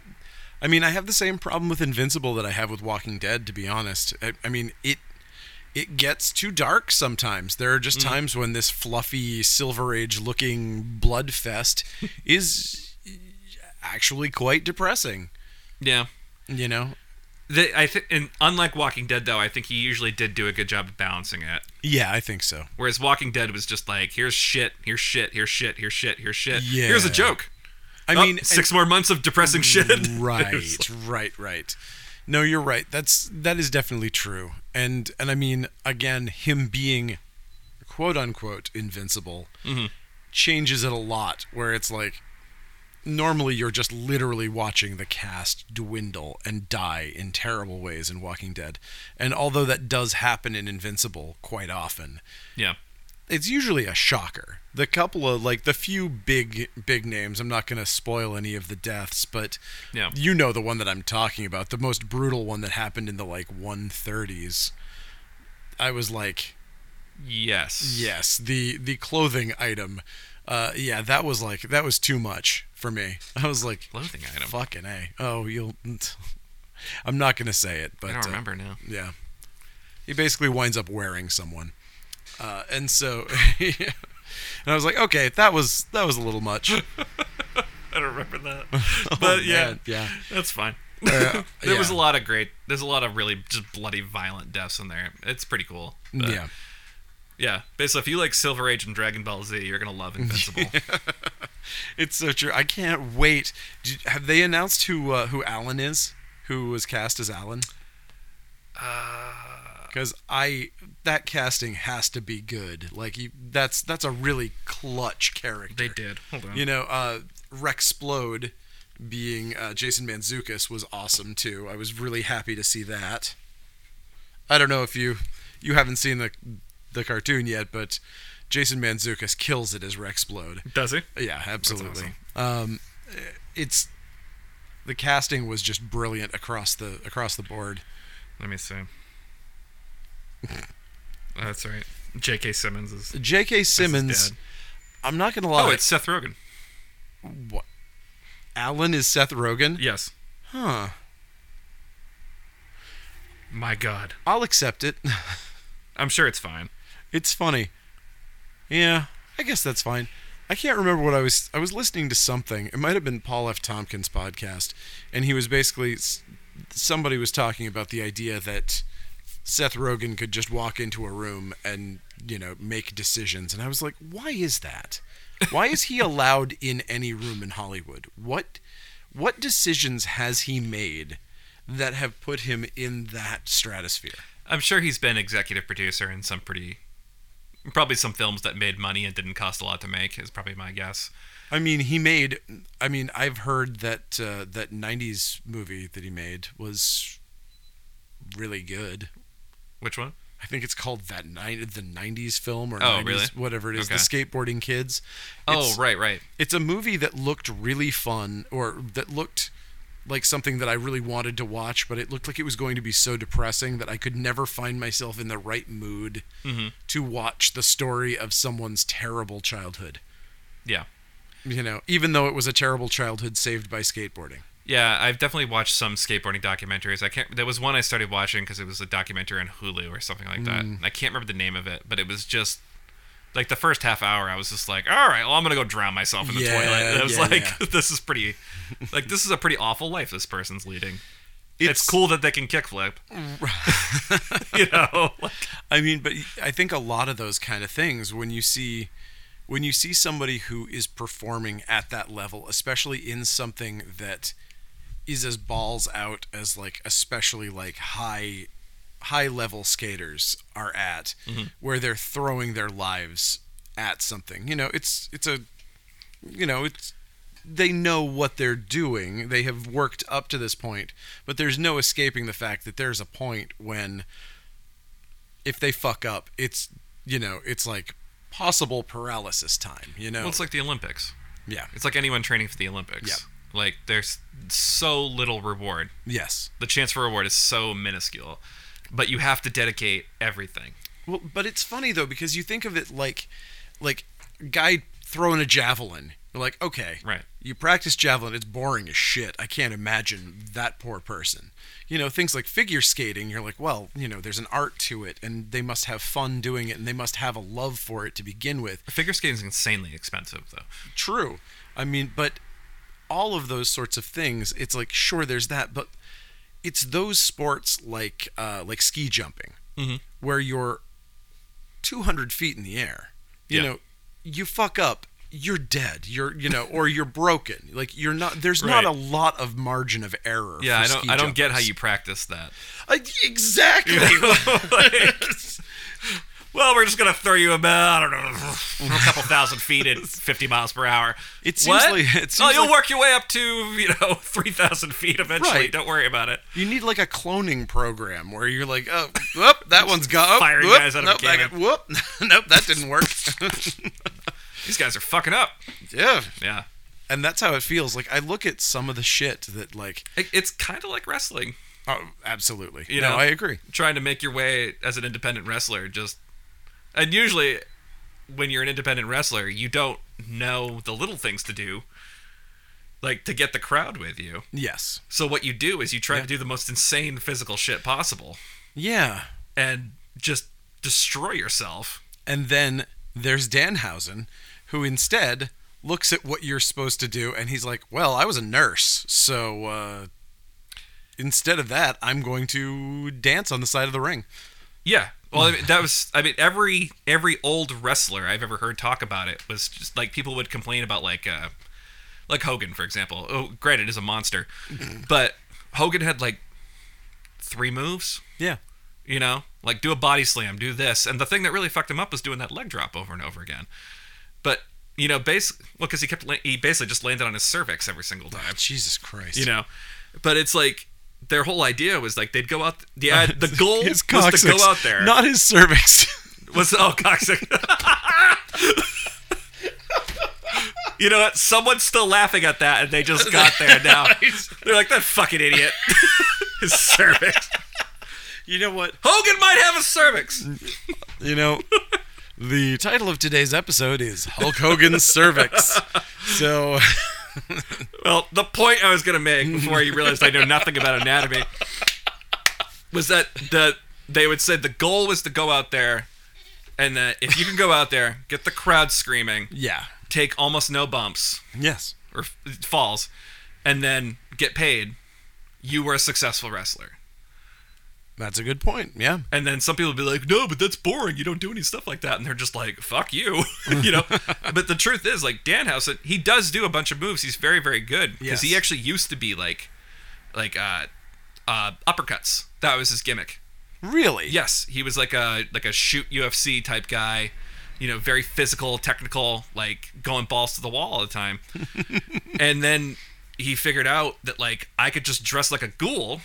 Speaker 1: I mean, I have the same problem with Invincible that I have with Walking Dead to be honest. I, I mean, it it gets too dark sometimes. There are just
Speaker 2: Mm.
Speaker 1: times when this fluffy silver age looking blood fest is actually quite depressing,
Speaker 2: yeah.
Speaker 1: you know?
Speaker 2: They, I think, and unlike Walking Dead, though, I think he usually did do a good job of balancing it.
Speaker 1: Yeah, I think so.
Speaker 2: Whereas Walking Dead was just like, here's shit, here's shit, here's shit, here's shit, here's shit.
Speaker 1: Yeah.
Speaker 2: Here's a joke.
Speaker 1: I
Speaker 2: Oh,
Speaker 1: mean, and-
Speaker 2: six more months of depressing shit. It was
Speaker 1: right, right, right. No, you're right. That's that is definitely true. And and I mean, again, him being quote unquote invincible
Speaker 2: Mm-hmm.
Speaker 1: changes it a lot. Where it's like normally you're just literally watching the cast dwindle and die in terrible ways in Walking Dead. And although that does happen in Invincible quite often,
Speaker 2: yeah.
Speaker 1: it's usually a shocker. The couple of like the few big big names. I'm not going to spoil any of the deaths, but
Speaker 2: Yeah.
Speaker 1: you know the one that I'm talking about, the most brutal one that happened in the like 130s. I was like,
Speaker 2: Yes.
Speaker 1: yes, the the clothing item. Uh, yeah, that was like that was too much for me. I was like,
Speaker 2: Clothing item.
Speaker 1: fucking a. Oh, you'll. I'm not gonna say it, but
Speaker 2: I don't
Speaker 1: uh,
Speaker 2: remember now.
Speaker 1: yeah. He basically winds up wearing someone. Uh, and so and I was like, okay, that was that was a little much.
Speaker 2: I don't remember that. But
Speaker 1: Oh, man, yeah.
Speaker 2: That's fine.
Speaker 1: Uh,
Speaker 2: there was a
Speaker 1: yeah.
Speaker 2: lot of great. There's a lot of really just bloody violent deaths in there. It's pretty cool. But,
Speaker 1: yeah.
Speaker 2: Yeah. But so if you like Silver Age and Dragon Ball Z, you're gonna love Invincible.
Speaker 1: It's so true. I can't wait. Did, have they announced who uh, who Alan is? Who was cast as Alan? Because I that casting has to be good. Like you, that's that's a really clutch character.
Speaker 2: they did. Hold on.
Speaker 1: You know, uh, Rexplode being uh, Jason Manzukis was awesome too. I was really happy to see that. I don't know if you you haven't seen the the cartoon yet, but Jason Manzukis kills it as Rexplode.
Speaker 2: Does he?
Speaker 1: Yeah, absolutely. Um, it's the casting was just brilliant across the across the board.
Speaker 2: Let me see. Oh, that's right. J.K. Simmons is.
Speaker 1: J.K. Simmons.
Speaker 2: dad.
Speaker 1: I'm not gonna lie.
Speaker 2: Oh, it's Seth Rogen.
Speaker 1: what? Alan is Seth Rogen.
Speaker 2: Yes.
Speaker 1: Huh.
Speaker 2: My God.
Speaker 1: I'll accept it.
Speaker 2: I'm sure it's fine.
Speaker 1: It's funny. Yeah, I guess that's fine. I can't remember what I was. I was listening to something. It might have been Paul F. Tompkins' podcast, and he was basically s- somebody was talking about the idea that Seth Rogen could just walk into a room and you know make decisions. And I was like, why is that? Why is he allowed in any room in Hollywood? What what decisions has he made that have put him in that stratosphere?
Speaker 2: I'm sure he's been executive producer in some pretty Probably some films that made money and didn't cost a lot to make is probably my guess.
Speaker 1: I mean, he made. I mean, I've heard that uh, that '90s movie that he made was really good.
Speaker 2: Which one?
Speaker 1: I think it's called that night the '90s film or
Speaker 2: Oh,
Speaker 1: 90s,
Speaker 2: really?
Speaker 1: whatever it is. The
Speaker 2: Okay.
Speaker 1: skateboarding kids.
Speaker 2: Oh,
Speaker 1: It's-
Speaker 2: right, right.
Speaker 1: It's a movie that looked really fun, or that looked like something that I really wanted to watch, but it looked like it was going to be so depressing that I could never find myself in the right mood
Speaker 2: Mm-hmm.
Speaker 1: to watch the story of someone's terrible childhood.
Speaker 2: Yeah.
Speaker 1: You know, even though it was a terrible childhood saved by skateboarding.
Speaker 2: Yeah, I've definitely watched some skateboarding documentaries. I can't. There was one I started watching because it was a documentary on Hulu or something like that. I can't remember the name of it, but it was just like the first half hour. I was just like, "All right, well, I'm gonna go drown myself in the
Speaker 1: Yeah,
Speaker 2: toilet." And I was
Speaker 1: yeah,
Speaker 2: like,
Speaker 1: yeah.
Speaker 2: "This is pretty. Like, this is a pretty awful life this person's leading." It's,
Speaker 1: It's-
Speaker 2: cool that they can kickflip. you know, like,
Speaker 1: I mean, but I think a lot of those kind of things when you see when you see somebody who is performing at that level, especially in something that is as balls out as like especially like high high level skaters are at
Speaker 2: Mm-hmm.
Speaker 1: where they're throwing their lives at something. You know, it's it's a you know, it's they know what they're doing. They have worked up to this point, but there's no escaping the fact that there's a point when if they fuck up, it's you know, it's like possible paralysis time, you know.
Speaker 2: well, it's like the Olympics.
Speaker 1: yeah.
Speaker 2: It's like anyone training for the Olympics.
Speaker 1: Yeah.
Speaker 2: Like, there's so little reward
Speaker 1: Yes.
Speaker 2: the chance for reward is so minuscule but you have to dedicate everything
Speaker 1: Well, but it's funny though because you think of it like, like guy throwing a javelin. You're like, okay,
Speaker 2: Right.
Speaker 1: You practice javelin. It's boring as shit. I can't imagine that poor person. You know, things like figure skating. You're like, well, you know, there's an art to it, and they must have fun doing it, and they must have a love for it to begin with.
Speaker 2: figure skating is insanely expensive though
Speaker 1: True. I mean, but all of those sorts of things. It's like, sure, there's that, but it's those sports like, uh, like ski jumping,
Speaker 2: Mm-hmm.
Speaker 1: where you're 200 feet in the air. You
Speaker 2: Yeah.
Speaker 1: know, you fuck up, you're dead. You're, you know, or you're broken. Like you're not. There's not
Speaker 2: Right.
Speaker 1: a lot lot of margin of error.
Speaker 2: yeah
Speaker 1: for
Speaker 2: i don't
Speaker 1: ski
Speaker 2: i don't get how
Speaker 1: jumpers.
Speaker 2: you practice that
Speaker 1: I- exactly.
Speaker 2: well we're just gonna throw you about i don't know a couple thousand feet at 50 miles per hour
Speaker 1: It seems
Speaker 2: What?
Speaker 1: like- it
Speaker 2: oh
Speaker 1: seems
Speaker 2: you'll
Speaker 1: like-
Speaker 2: work your way up to you know 3000 feet eventually
Speaker 1: Right.
Speaker 2: don't worry about it
Speaker 1: You need like a cloning program where you're like, oh, whoop, that one's gone. Oh,
Speaker 2: Firing
Speaker 1: whoop,
Speaker 2: guys out of a
Speaker 1: nope, I
Speaker 2: cannon.
Speaker 1: got- whoop, nope, that didn't work.
Speaker 2: these guys are fucking up
Speaker 1: yeah,
Speaker 2: yeah
Speaker 1: and that's how it feels. Like I look at some of the shit that like,
Speaker 2: It- it's kind of like wrestling
Speaker 1: oh, absolutely.
Speaker 2: You
Speaker 1: no,
Speaker 2: know?
Speaker 1: I agree.
Speaker 2: trying to make your way as an independent wrestler just and usually when you're an independent wrestler you don't know the little things to do like to get the crowd with you
Speaker 1: Yes.
Speaker 2: so what you do is you try to do the most insane physical shit possible
Speaker 1: Yeah.
Speaker 2: and just destroy yourself
Speaker 1: And then there's Danhausen, who instead looks at what you're supposed to do, and he's like, "Well, I was a nurse, so uh, instead of that, I'm going to dance on the side of the ring."
Speaker 2: Yeah. Well, I mean, that was I mean every every old wrestler I've ever heard talk about it was just like people would complain about like uh like Hogan for example. Oh, granted is a monster,
Speaker 1: Mm-hmm.
Speaker 2: but Hogan had like three moves,
Speaker 1: Yeah.
Speaker 2: you know? Like do a body slam, do this. And the thing that really fucked him up was doing that leg drop over and over again. But you know, basically, well, because he kept la- he basically just landed on his cervix every single time
Speaker 1: Jesus Christ.
Speaker 2: you know but it's like their whole idea was like they'd go out the ad, the goal was
Speaker 1: his
Speaker 2: to go
Speaker 1: coccyx,
Speaker 2: out there
Speaker 1: not his cervix.
Speaker 2: was oh coxic you know what someone's still laughing at that and they just got there now they're like that fucking idiot his cervix
Speaker 1: you know what?
Speaker 2: hogan might have a cervix
Speaker 1: You know, the title of today's episode is Hulk Hogan's cervix. So,
Speaker 2: well the point i was going to make before you realized i know nothing about anatomy was that the they would say the goal was to go out there and that if you can go out there get the crowd screaming
Speaker 1: yeah.
Speaker 2: take almost no bumps
Speaker 1: Yes.
Speaker 2: or f- falls and then get paid, you were a successful wrestler.
Speaker 1: That's a good point. Yeah.
Speaker 2: And then some people would be like, no, but that's boring. You don't do any stuff like that. And they're just like, fuck you. you know? but the truth is, like, Danhausen, he does do a bunch of moves. He's very, very good. Because he
Speaker 1: Yes.
Speaker 2: actually used to be like, like, uh, uh, uppercuts. That was his gimmick.
Speaker 1: Really?
Speaker 2: Yes, he was like a like a shoot UFC type guy. you know, very physical, technical, like going balls to the wall all the time. and then he figured out that like I could just dress like a ghoul.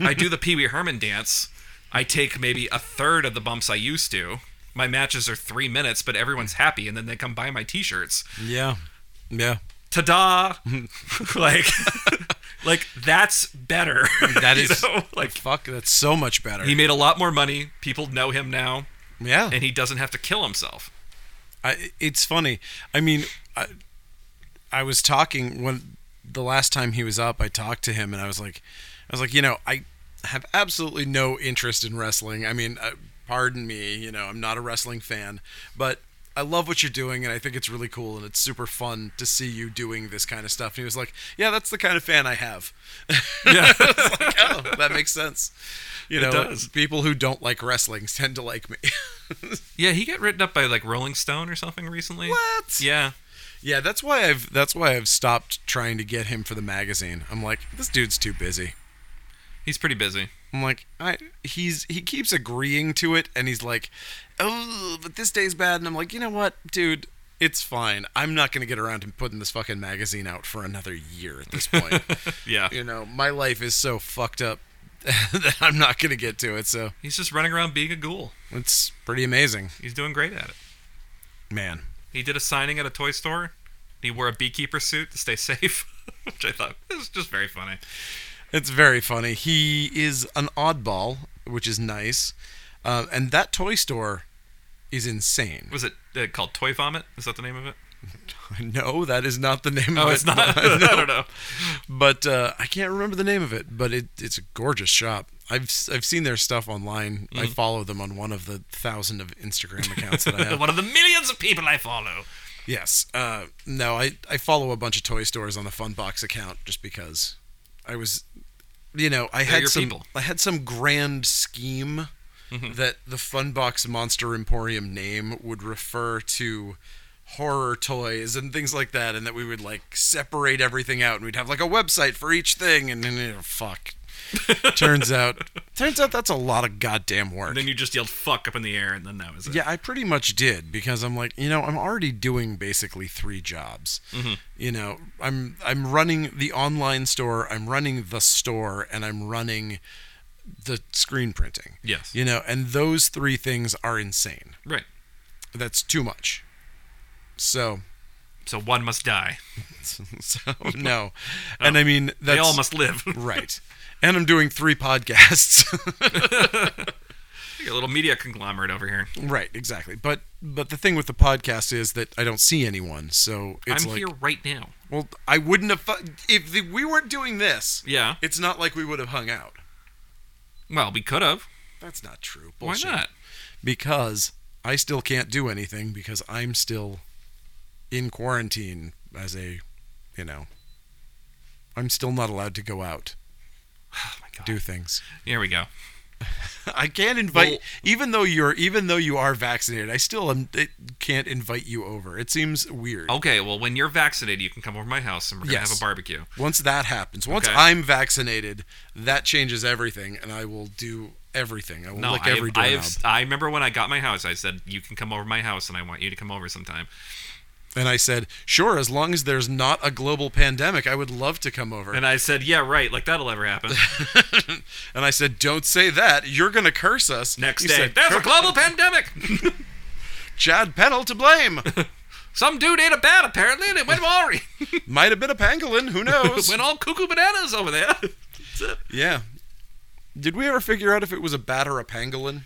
Speaker 2: I do the Pee Wee Herman dance. I take maybe a third of the bumps I used to. My matches are three minutes, but everyone's happy, and then they come buy my T-shirts.
Speaker 1: Yeah. Yeah.
Speaker 2: Ta-da! like, like that's better.
Speaker 1: That
Speaker 2: You
Speaker 1: is-
Speaker 2: know? like
Speaker 1: Fuck, that's so much better.
Speaker 2: he made a lot more money. People know him now,
Speaker 1: yeah.
Speaker 2: and he doesn't have to kill himself.
Speaker 1: I, it's funny. I mean, I, I was talking when the last time he was up, I talked to him and I was like, I was like, you know, I have absolutely no interest in wrestling. I mean, uh, pardon me, you know, I'm not a wrestling fan, but I love what you're doing and I think it's really cool and it's super fun to see you doing this kind of stuff. And he was like, yeah, that's the kind of fan I have. Yeah. like, oh, that makes sense. You know,
Speaker 2: does.
Speaker 1: people who don't like wrestling tend to like me.
Speaker 2: Yeah, he got written up by like Rolling Stone or something recently.
Speaker 1: what?
Speaker 2: Yeah.
Speaker 1: Yeah, that's why I've that's why I've stopped trying to get him for the magazine. I'm like, this dude's too busy.
Speaker 2: He's pretty busy.
Speaker 1: I'm like, I he's he keeps agreeing to it and he's like, "Oh, but this day's bad." And I'm like, "You know what, dude? It's fine. I'm not going to get around to putting this fucking magazine out for another year at this point.
Speaker 2: Yeah.
Speaker 1: you know, my life is so fucked up that I'm not going to get to it." So,
Speaker 2: He's just running around being a ghoul.
Speaker 1: it's pretty amazing,
Speaker 2: He's doing great at it.
Speaker 1: man.
Speaker 2: He did a signing at a toy store. He wore a beekeeper suit to stay safe, which I thought was just very funny.
Speaker 1: It's very funny. He is an oddball, which is nice. Uh, and that toy store is insane.
Speaker 2: Was it uh, called Toy Vomit? Is that the name of it?
Speaker 1: No, that is not the name
Speaker 2: Oh,
Speaker 1: of it.
Speaker 2: it's not.
Speaker 1: but-
Speaker 2: I don't know.
Speaker 1: But uh, I can't remember the name of it, but it, it's a gorgeous shop. I've, s- I've seen their stuff online. I follow them on one of the thousand of Instagram accounts that I have.
Speaker 2: One of Mm-hmm. the millions of people I follow.
Speaker 1: yes. Uh, no, I, I follow a bunch of toy stores on the Funbox account just because I was, you know, I had
Speaker 2: your
Speaker 1: some
Speaker 2: people. Mm-hmm.
Speaker 1: I had some grand scheme that the Funbox Monster Emporium name would refer to horror toys and things like that, and that we would like separate everything out, and we'd have like a website for each thing, and then you know, fuck. turns out, turns out that's a lot of goddamn work.
Speaker 2: And then you just yelled "fuck" up in the air, and then that was it.
Speaker 1: Yeah, I pretty much did because I'm like, you know, I'm already doing basically three jobs.
Speaker 2: Mm-hmm.
Speaker 1: You know, I'm I'm running the online store, I'm running the store, and I'm running the screen printing.
Speaker 2: Yes.
Speaker 1: You know, and those three things are insane.
Speaker 2: Right.
Speaker 1: That's too much. So,
Speaker 2: So one must die.
Speaker 1: so no, and I mean that's
Speaker 2: Oh. They all must live.
Speaker 1: right. And I'm doing three podcasts.
Speaker 2: You're a little media conglomerate over here.
Speaker 1: right, exactly. But but the thing with the podcast is that I don't see anyone, so it's
Speaker 2: I'm
Speaker 1: like
Speaker 2: here right now.
Speaker 1: Well, I wouldn't have fu- if the, we weren't doing this.
Speaker 2: Yeah.
Speaker 1: It's not like we would have hung out.
Speaker 2: Well, we could have.
Speaker 1: That's not true.
Speaker 2: Why
Speaker 1: Bullshit.
Speaker 2: not?
Speaker 1: Because I still can't do anything because I'm still in quarantine as a, you know, I'm still not allowed to go out
Speaker 2: Oh my god.
Speaker 1: do things.
Speaker 2: Here we go.
Speaker 1: I can't invite
Speaker 2: Well-
Speaker 1: even though you're even though you are vaccinated. I still am, it can't invite you over. It seems weird.
Speaker 2: Okay, well, when you're vaccinated, you can come over to my house and we're gonna
Speaker 1: Yes.
Speaker 2: have a barbecue.
Speaker 1: Once that happens, once
Speaker 2: Okay.
Speaker 1: I'm vaccinated, that changes everything, and I will do everything. I will
Speaker 2: No,
Speaker 1: lick
Speaker 2: I,
Speaker 1: every
Speaker 2: I,
Speaker 1: doorknob,
Speaker 2: I remember when I got my house, I said you can come over to my house and I want you to come over sometime.
Speaker 1: and I said, "Sure, as long as there's not a global pandemic, I would love to come over."
Speaker 2: And I said, yeah, right, like that'll ever happen.
Speaker 1: And I said, "Don't say that. You're gonna curse us."
Speaker 2: Next
Speaker 1: He
Speaker 2: day,
Speaker 1: said,
Speaker 2: there's a
Speaker 1: "Cur-
Speaker 2: global pandemic.
Speaker 1: Chad Pennell to blame.
Speaker 2: Some dude ate a bat apparently, and it went awry.
Speaker 1: Might have been a pangolin. Who knows?
Speaker 2: went all cuckoo bananas over there.
Speaker 1: yeah. Did we ever figure out if it was a bat or a pangolin?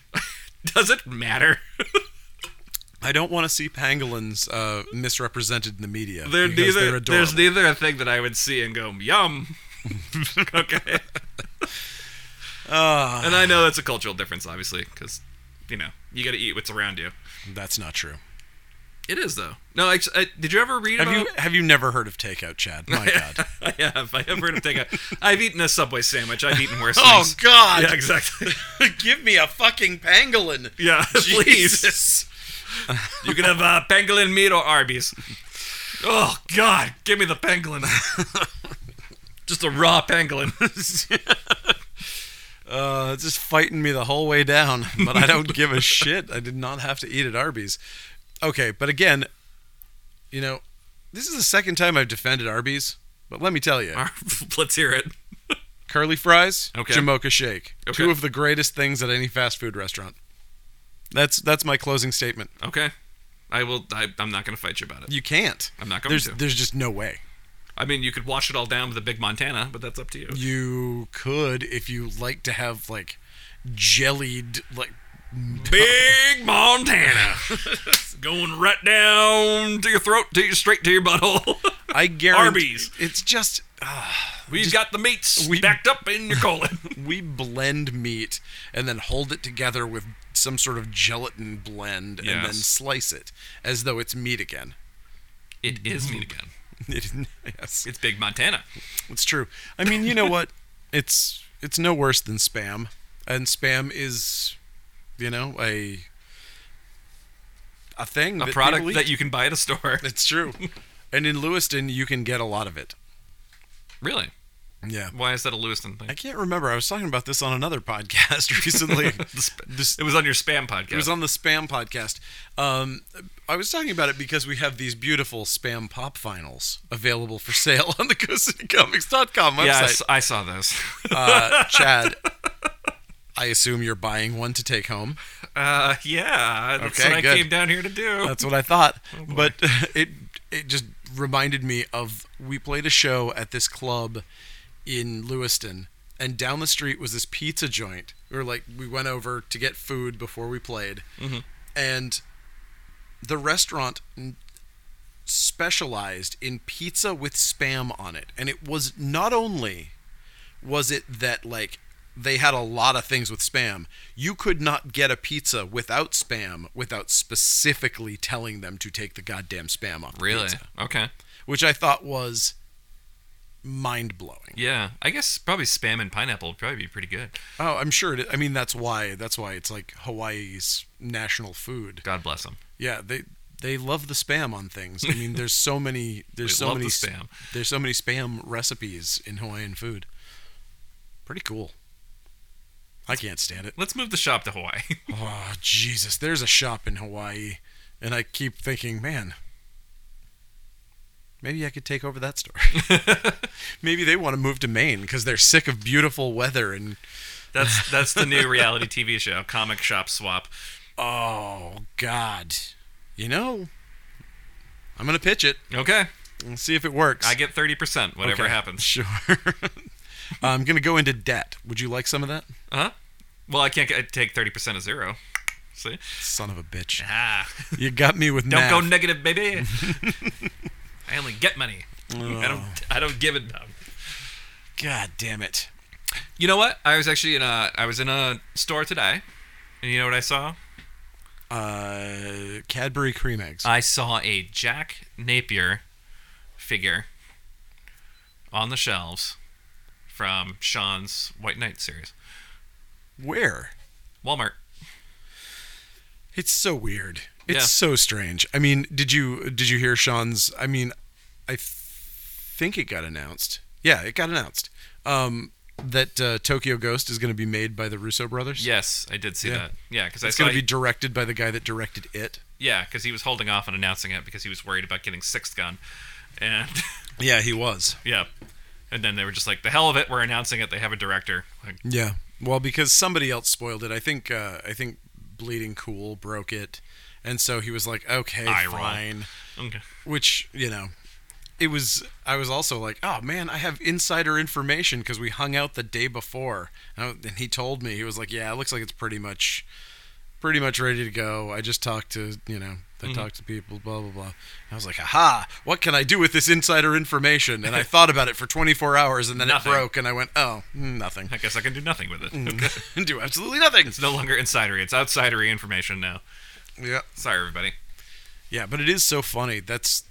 Speaker 2: Does it matter?
Speaker 1: I don't want to see pangolins uh, misrepresented in the media.
Speaker 2: They're
Speaker 1: because they're
Speaker 2: neither. there's
Speaker 1: adorable.
Speaker 2: neither a thing that I would see and go yum. okay.
Speaker 1: Ah,
Speaker 2: And I know that's a cultural difference, obviously, because you know you got to eat what's around you.
Speaker 1: that's not true.
Speaker 2: It is though. No, I, I, did you ever read
Speaker 1: Have
Speaker 2: about?
Speaker 1: you have you never heard of takeout, Chad? My God.
Speaker 2: I have. I have heard of takeout. I've eaten a Subway sandwich. I've eaten worse
Speaker 1: Oh
Speaker 2: things.
Speaker 1: God!
Speaker 2: Yeah, exactly.
Speaker 1: Give me a fucking pangolin.
Speaker 2: Yeah, please.
Speaker 1: Jesus.
Speaker 2: You can have uh, pangolin meat or Arby's. Oh God, give me the pangolin. Just a raw pangolin.
Speaker 1: Uh, it's just fighting me the whole way down, but I don't give a shit. I did not have to eat at Arby's. Okay, but again, you know, this is the second time I've defended Arby's, but let me tell you,
Speaker 2: Let's hear it.
Speaker 1: curly fries,
Speaker 2: Okay.
Speaker 1: Jamocha shake,
Speaker 2: Okay.
Speaker 1: two of the greatest things at any fast food restaurant. That's that's my closing statement.
Speaker 2: Okay. I will. I, I'm not going to fight you about it.
Speaker 1: You can't.
Speaker 2: I'm not going
Speaker 1: There's
Speaker 2: to.
Speaker 1: there's just no way.
Speaker 2: I mean, you could wash it all down with a big Montana, but that's up to you.
Speaker 1: You could if you like to have like jellied like
Speaker 2: Big Montana, going right down to your throat, to your, straight to your butthole.
Speaker 1: I guarantee
Speaker 2: Arby's.
Speaker 1: It's just
Speaker 2: We've got the meats
Speaker 1: we-
Speaker 2: stacked up in your colon.
Speaker 1: we blend meat and then hold it together with some sort of gelatin blend and then
Speaker 2: Yes.
Speaker 1: slice it as though it's meat again.
Speaker 2: it is meat again.
Speaker 1: It- yes,
Speaker 2: It's Big Montana.
Speaker 1: it's true. I mean, you know what? It's it's no worse than spam, and spam is, you know, a a thing,
Speaker 2: A
Speaker 1: that
Speaker 2: product
Speaker 1: people eat.
Speaker 2: that you can buy at a store.
Speaker 1: It's true. and in Lewiston, you can get a lot of it.
Speaker 2: Really?
Speaker 1: Yeah.
Speaker 2: Why is that a Lewiston thing?
Speaker 1: I can't remember. I was talking about this on another podcast recently.
Speaker 2: The sp-
Speaker 1: This-
Speaker 2: it was on your spam podcast.
Speaker 1: It was on the spam podcast. Um, I was talking about it because we have these beautiful spam pop vinyls available for sale on the GoCityComics.com website.
Speaker 2: yeah, I s- I saw those.
Speaker 1: uh, Chad, I assume you're buying one to take home.
Speaker 2: Uh, yeah, that's
Speaker 1: Okay,
Speaker 2: what
Speaker 1: good.
Speaker 2: I came down here to do.
Speaker 1: That's what I thought. but it it just reminded me of we played a show at this club in Lewiston, and down the street was this pizza joint. We were like, we went over to get food before we played, and the restaurant n- specialized in pizza with spam on it, and it was not only was it that like they had a lot of things with spam. You could not get a pizza without spam without specifically telling them to take the goddamn spam off. the
Speaker 2: really?
Speaker 1: pizza,
Speaker 2: Okay.
Speaker 1: which I thought was mind blowing.
Speaker 2: Yeah, I guess probably spam and pineapple would probably be pretty good.
Speaker 1: Oh, I'm sure. It, I mean, that's why. That's why it's like Hawaii's national food.
Speaker 2: God bless them.
Speaker 1: Yeah, they they love the spam on things. I mean, there's so many. There's
Speaker 2: They
Speaker 1: so
Speaker 2: love
Speaker 1: many
Speaker 2: the
Speaker 1: s-
Speaker 2: spam.
Speaker 1: There's so many spam recipes in Hawaiian food. Pretty cool. I can't stand it.
Speaker 2: Let's move the shop to Hawaii.
Speaker 1: Oh, Jesus. There's a shop in Hawaii, and I keep thinking, man, maybe I could take over that store. maybe they want to move to Maine because they're sick of beautiful weather and,
Speaker 2: that's that's the new reality TV show, Comic Shop Swap.
Speaker 1: oh, God. You know, I'm going to pitch it
Speaker 2: Okay,
Speaker 1: and see if it works.
Speaker 2: I get thirty percent, whatever
Speaker 1: Okay,
Speaker 2: happens.
Speaker 1: Sure. I'm going to go into debt. Would you like some of that?
Speaker 2: Huh? Uh-huh. Well, I can't get, I take thirty percent of zero. See?
Speaker 1: Son of a bitch.
Speaker 2: Ah,
Speaker 1: You got me with
Speaker 2: don't
Speaker 1: math.
Speaker 2: go negative, baby. I only get money. I don't.
Speaker 1: Oh.
Speaker 2: I don't give it down.
Speaker 1: God damn it.
Speaker 2: You know what? I was actually in a. I was in a store today, and you know what I saw?
Speaker 1: Uh, Cadbury cream eggs.
Speaker 2: I saw a Jack Napier figure on the shelves from Sean's White Knight series.
Speaker 1: Where?
Speaker 2: Walmart.
Speaker 1: It's so weird. It's
Speaker 2: Yeah.
Speaker 1: so strange. I mean, did you did you hear Sean's? I mean, I th- think it got announced. Yeah, it got announced um, that uh, Tokyo Ghost is going to be made by the Russo brothers.
Speaker 2: Yes, I did see
Speaker 1: Yeah.
Speaker 2: that. Yeah, because I
Speaker 1: it's
Speaker 2: saw.
Speaker 1: going to be directed by the guy that directed it.
Speaker 2: yeah, because he was holding off on announcing it because he was worried about getting sixth gun, and
Speaker 1: Yeah, he was.
Speaker 2: yeah, and then they were just like, "The hell of it, we're announcing it. They have a director." Like,
Speaker 1: Yeah. Well, because somebody else spoiled it. I think uh, I think Bleeding Cool broke it, and so he was like, okay,
Speaker 2: Eye roll.
Speaker 1: fine.
Speaker 2: okay.
Speaker 1: which you know it was i was also like oh man i have insider information because we hung out the day before and, I- and he told me he was like yeah it looks like it's pretty much pretty much ready to go i just talked to you know i
Speaker 2: Mm-hmm.
Speaker 1: talked to people blah blah blah and i was like aha what can i do with this insider information and i thought about it for 24 hours and then
Speaker 2: Nothing.
Speaker 1: it broke and i went oh mm, nothing
Speaker 2: I guess I can do nothing with it.
Speaker 1: Mm.
Speaker 2: Okay.
Speaker 1: do absolutely nothing
Speaker 2: It's no longer insidery; it's outsidery information now.
Speaker 1: yeah
Speaker 2: Sorry, everybody.
Speaker 1: Yeah, but it is so funny. That's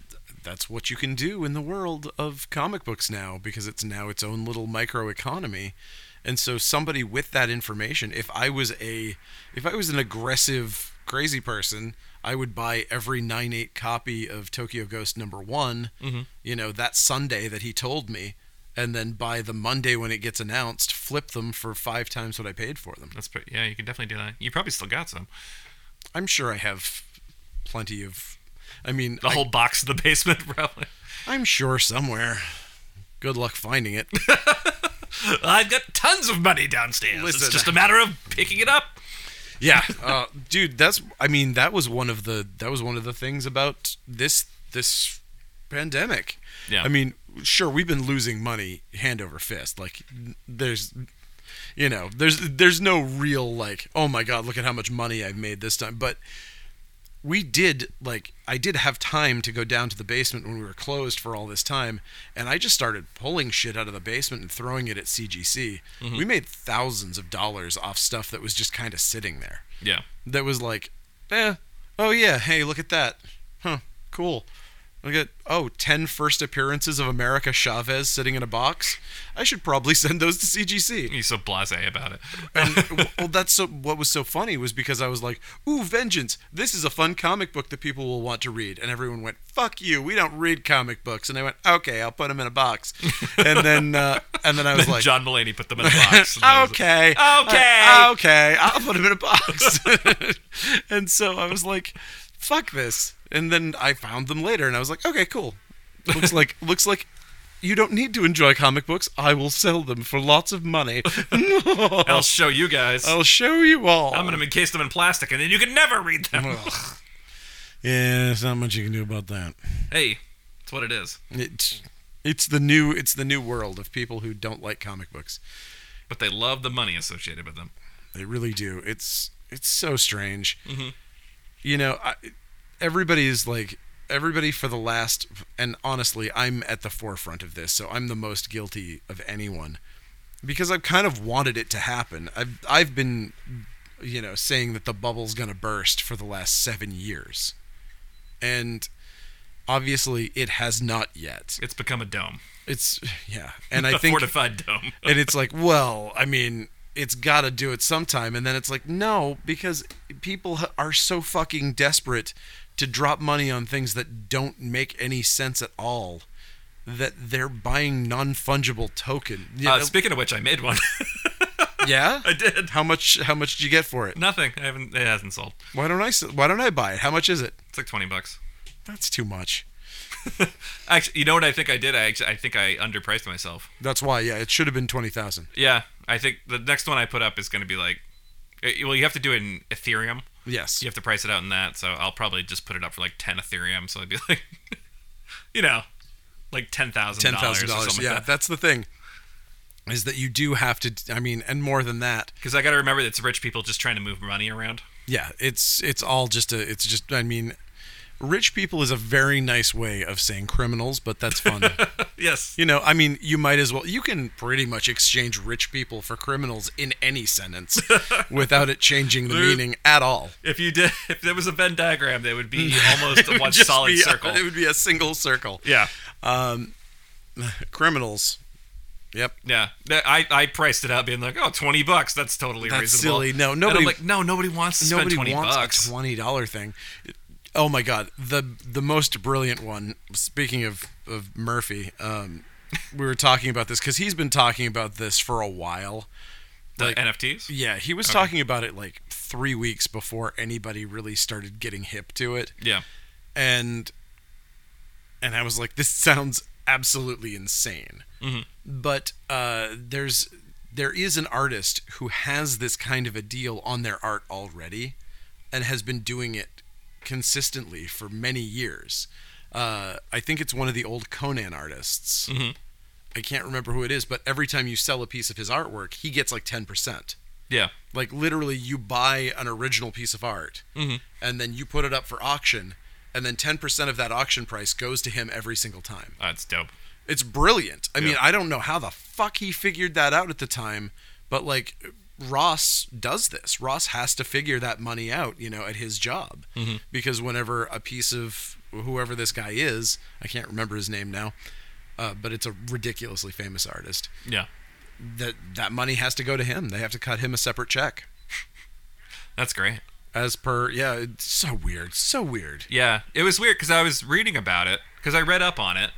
Speaker 1: that's what you can do in the world of comic books now because it's now its own little microeconomy. And so somebody with that information, if I was a if I was an aggressive crazy person, I would buy every 9/8 copy of Tokyo Ghost number one you know, that Sunday that he told me and then by the Monday when it gets announced, flip them for five times what I paid for them.
Speaker 2: That's pretty. Yeah, you can definitely do that. You probably still got some.
Speaker 1: I'm sure I have plenty of. I mean,
Speaker 2: The whole box of the basement, probably.
Speaker 1: I, I'm sure somewhere. Good luck finding it.
Speaker 2: I've got tons of money downstairs.
Speaker 1: Listen.
Speaker 2: It's just a matter of picking it up.
Speaker 1: Yeah, uh, dude, that's. I mean, that was one of the that was one of the things about this this pandemic.
Speaker 2: Yeah.
Speaker 1: I mean, sure, we've been losing money hand over fist. Like, there's, you know, there's there's no real like, oh my god, look at how much money I've made this time. But we did like I did have time to go down to the basement when we were closed for all this time, and I just started pulling shit out of the basement and throwing it at CGC. We made thousands of dollars off stuff that was just kind of sitting there.
Speaker 2: Yeah.
Speaker 1: That was like, eh, oh yeah, hey, look at that, huh, cool. Look at oh, 10 first appearances of America Chavez sitting in a box. I should probably send those to CGC
Speaker 2: He's so blasé about it.
Speaker 1: and well, that's so. What was so funny was because I was like, "Ooh, Vengeance! This is a fun comic book that people will want to read." And everyone went, "Fuck you! We don't read comic books." And I went, "Okay, I'll put them in a box." And then, uh, and then I was like,
Speaker 2: John Mulaney put them in a box. and that was it.
Speaker 1: okay.
Speaker 2: Okay.
Speaker 1: Uh, okay. I'll put him in a box. and so I was like, fuck this. And then I found them later and I was like, okay, cool. Looks like looks like you don't need to enjoy comic books. I will sell them for lots of money.
Speaker 2: I'll show you guys.
Speaker 1: I'll show you all.
Speaker 2: I'm gonna encase them in plastic, and then you can never read them.
Speaker 1: Ugh. Yeah, there's not much you can do about that.
Speaker 2: hey, that's what it is.
Speaker 1: It's it's the new it's the new world of people who don't like comic books.
Speaker 2: But they love the money associated with them.
Speaker 1: They really do. It's it's so strange. You know, I, everybody is like everybody for the last and honestly, I'm at the forefront of this, so I'm the most guilty of anyone because I've kind of wanted it to happen. I've I've been you know saying that the bubble's going to burst for the last 7 years. And obviously it has not yet.
Speaker 2: It's become a dome,
Speaker 1: It's yeah. And I
Speaker 2: a
Speaker 1: think
Speaker 2: fortified dome.
Speaker 1: and it's like, well, I mean, it's got to do it sometime. And then it's like, no, because people h- are so fucking desperate to drop money on things that don't make any sense at all that they're buying non fungible token. You
Speaker 2: Uh,
Speaker 1: know-
Speaker 2: speaking of which, I made one.
Speaker 1: yeah.
Speaker 2: I did
Speaker 1: How much? How much did you get for it?
Speaker 2: nothing. I haven't. It hasn't sold.
Speaker 1: Why don't I? s- Why don't I buy it? How much is it?
Speaker 2: It's like twenty bucks.
Speaker 1: That's too much.
Speaker 2: Actually, you know what I think I did? I actually, I think I underpriced myself.
Speaker 1: That's why. Yeah, it should have been twenty thousand.
Speaker 2: Yeah, I think the next one I put up is gonna be like, eh, well, you have to do it in Ethereum.
Speaker 1: Yes.
Speaker 2: You have to price it out in that. So I'll probably just put it up for like ten Ethereum. So I'd be like, you know, like ten thousand
Speaker 1: Ten
Speaker 2: dollars or
Speaker 1: thousand
Speaker 2: something
Speaker 1: dollars.
Speaker 2: like
Speaker 1: Yeah,
Speaker 2: that.
Speaker 1: that's the thing. Is that you do have to? I mean, and more than that,
Speaker 2: Because I got to remember that it's rich people just trying to move money around.
Speaker 1: yeah it's it's all just a it's just i mean rich people is a very nice way of saying criminals but that's fun
Speaker 2: Yes.
Speaker 1: you know i mean you might as well you can pretty much exchange rich people for criminals in any sentence without it changing the meaning at all
Speaker 2: If you did, if there was a Venn diagram, they would be almost one
Speaker 1: Just
Speaker 2: solid
Speaker 1: be a-
Speaker 2: circle.
Speaker 1: it would be a single circle
Speaker 2: yeah.
Speaker 1: criminals yep
Speaker 2: Yeah. That- I, I priced it out being like, oh, 20 bucks. That's totally
Speaker 1: That's
Speaker 2: reasonable.
Speaker 1: silly. No,
Speaker 2: And
Speaker 1: nobody-
Speaker 2: I'm like, no, nobody wants to spend
Speaker 1: nobody
Speaker 2: 20
Speaker 1: wants
Speaker 2: bucks.
Speaker 1: a twenty dollar thing. Oh my god, the the most brilliant one. Speaking of of Murphy, um, we were talking about this because he's been talking about this for a while.
Speaker 2: the
Speaker 1: like-
Speaker 2: NFTs?
Speaker 1: Yeah, he was talking about it like three weeks before anybody really started getting hip to it,
Speaker 2: Yeah.
Speaker 1: and and I was like, this sounds absolutely insane. But uh, there's there is an artist who has this kind of a deal on their art already, and has been doing it consistently for many years. Uh, I think it's one of the old Conan artists. I can't remember who it is, but every time you sell a piece of his artwork, he gets like ten percent
Speaker 2: Yeah.
Speaker 1: like literally you buy an original piece of art and then you put it up for auction and then 10% of that auction price goes to him every single time
Speaker 2: That's Ah, dope.
Speaker 1: it's brilliant i mean
Speaker 2: Yeah.
Speaker 1: i don't know how the fuck he figured that out at the time but like ross does this ross has to figure that money out you know at his job because whenever a piece of whoever this guy is i can't remember his name now uh, but it's a ridiculously famous artist
Speaker 2: Yeah.
Speaker 1: that that money has to go to him they have to cut him a separate check
Speaker 2: That's great.
Speaker 1: as per yeah it's so weird so weird
Speaker 2: Yeah, it was weird because I was reading about it because I read up on it,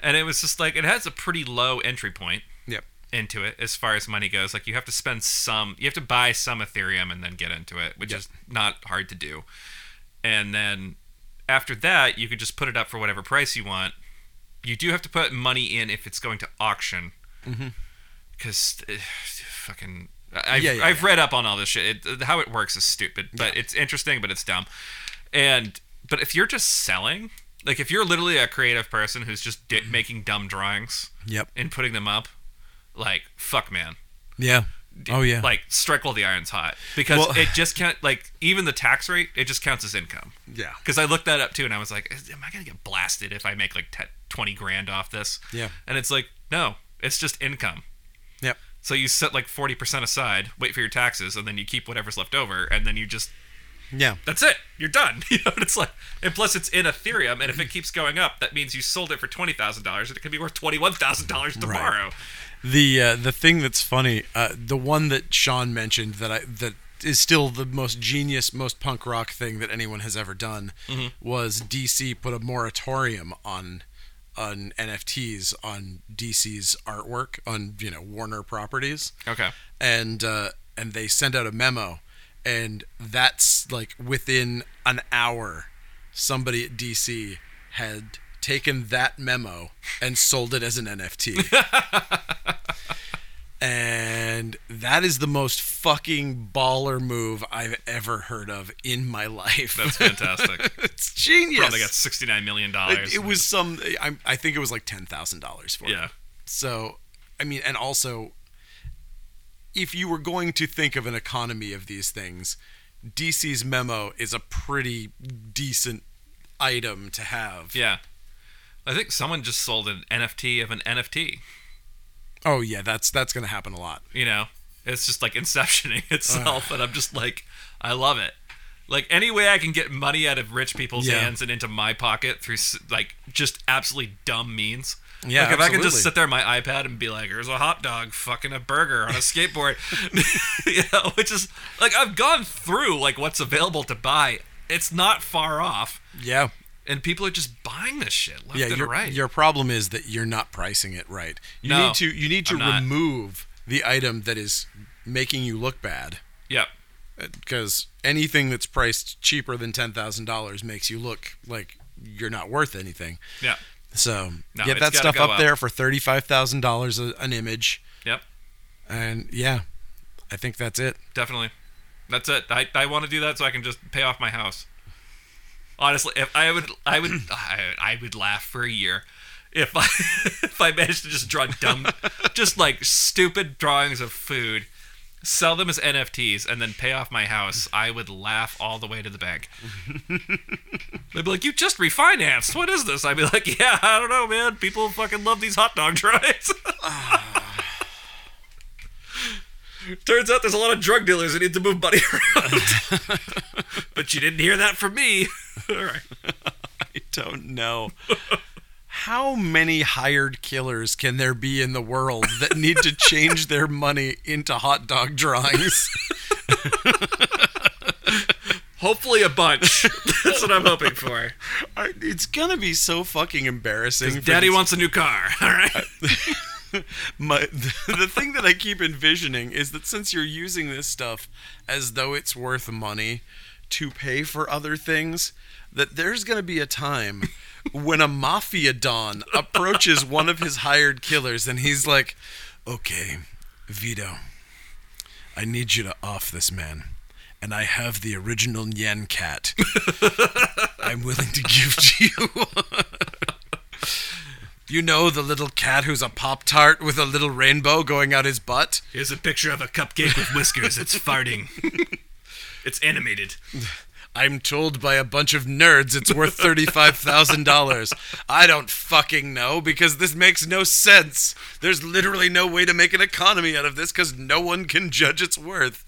Speaker 2: and it was just like it has a pretty low entry point
Speaker 1: yep
Speaker 2: into it as far as money goes. Like you have to spend some, you have to buy some Ethereum and then get into it, which is not hard to do. and then after that you could just put it up for whatever price you want. You do have to put money in if it's going to auction,
Speaker 1: Mm-hmm.
Speaker 2: because fucking. I- I've,
Speaker 1: Yeah, yeah,
Speaker 2: I've
Speaker 1: yeah.
Speaker 2: read up on all this shit. It, how it works is stupid, but it's interesting, but it's dumb. And but if you're just selling, like if you're literally a creative person who's just di-
Speaker 1: Mm-hmm.
Speaker 2: making dumb drawings
Speaker 1: Yep.
Speaker 2: and putting them up, like fuck, man,
Speaker 1: Yeah. Oh yeah.
Speaker 2: like strike while the iron's hot because
Speaker 1: Well-
Speaker 2: it just can't like even the tax rate it just counts as income
Speaker 1: yeah.
Speaker 2: because i looked that up too and i was like "Is- am i gonna get blasted if i make like 10, 20 grand off this
Speaker 1: Yeah.
Speaker 2: and it's like no it's just income
Speaker 1: Yep.
Speaker 2: so you set like 40% aside wait for your taxes and then you keep whatever's left over and then you just
Speaker 1: Yeah.
Speaker 2: that's it you're done you know and it's like and plus it's in ethereum and if it keeps going up that means you sold it for $20000 and it could be worth $21000 tomorrow
Speaker 1: The uh, the thing that's funny, uh, the one that Sean mentioned that I that is still the most genius, most punk rock thing that anyone has ever done was DC put a moratorium on on NFTs on DC's artwork on you know Warner properties.
Speaker 2: okay
Speaker 1: and uh, and they send out a memo, and that's like within an hour, somebody at DC had taken that memo and sold it as an NFT. and that is the most fucking baller move I've ever heard of in my life.
Speaker 2: that's fantastic
Speaker 1: it's genius.
Speaker 2: Probably got sixty-nine million dollars.
Speaker 1: It, it was some. I, I think it was like ten thousand dollars for
Speaker 2: Yeah.
Speaker 1: it. So, I mean, and also, if you were going to think of an economy of these things, DC's memo is a pretty decent item to have.
Speaker 2: Yeah, I think someone just sold an NFT of an NFT.
Speaker 1: Oh yeah, that's that's gonna happen a lot.
Speaker 2: You know, it's just like inceptioning itself, and I'm just like, I love it. Like any way I can get money out of rich people's
Speaker 1: Yeah.
Speaker 2: hands and into my pocket through s- like just absolutely dumb means.
Speaker 1: Yeah,
Speaker 2: like if I can
Speaker 1: absolutely.
Speaker 2: just sit there on my iPad and be like, "Here's a hot dog, fucking a burger on a skateboard," you know, which is like I've gone through like what's available to buy. It's not far off.
Speaker 1: Yeah.
Speaker 2: and people are just buying this shit left
Speaker 1: Yeah,
Speaker 2: and
Speaker 1: your,
Speaker 2: right.
Speaker 1: your problem is that you're not pricing it right. You
Speaker 2: No,
Speaker 1: need to you need to
Speaker 2: I'm not.
Speaker 1: remove the item that is making you look bad.
Speaker 2: yep.
Speaker 1: because anything that's priced cheaper than ten thousand dollars makes you look like you're not worth anything.
Speaker 2: Yeah.
Speaker 1: So
Speaker 2: No,
Speaker 1: get
Speaker 2: it's
Speaker 1: that
Speaker 2: gotta
Speaker 1: stuff
Speaker 2: go
Speaker 1: up,
Speaker 2: up.
Speaker 1: there for thirty five thousand dollars an image,
Speaker 2: Yep.
Speaker 1: and yeah, I think that's it.
Speaker 2: Definitely. That's it. I, I want to do that so I can just pay off my house. Honestly, if I would I would I, I would laugh for a year if I if I managed to just draw dumb just like stupid drawings of food, sell them as NFTs and then pay off my house, I would laugh all the way to the bank. They'd be like, "You just refinanced. What is this?" I'd be like, "Yeah, I don't know, man. People fucking love these hot dog drawings." Turns out there's a lot of drug dealers that need to move money around. but you didn't hear that from me. All right.
Speaker 1: I don't know. How many hired killers can there be in the world that need to change their money into hot dog drawings?
Speaker 2: Hopefully a bunch. That's what I'm hoping for.
Speaker 1: It's gonna be so fucking embarrassing. for
Speaker 2: Daddy
Speaker 1: these-
Speaker 2: wants a new car. All right.
Speaker 1: my the, the thing that I keep envisioning is that since you're using this stuff as though it's worth money to pay for other things, that there's going to be a time when a mafia don approaches one of his hired killers and he's like, "Okay, Vito, I need you to off this man." And I have the original Nyan cat. I'm willing to give to you. You know the little cat who's a Pop Tart with a little rainbow going out his butt?
Speaker 2: Here's a picture of a cupcake with whiskers. It's farting. It's animated.
Speaker 1: I'm told by a bunch of nerds it's worth $35,000. I don't fucking know because this makes no sense. There's literally no way to make an economy out of this because no one can judge its worth.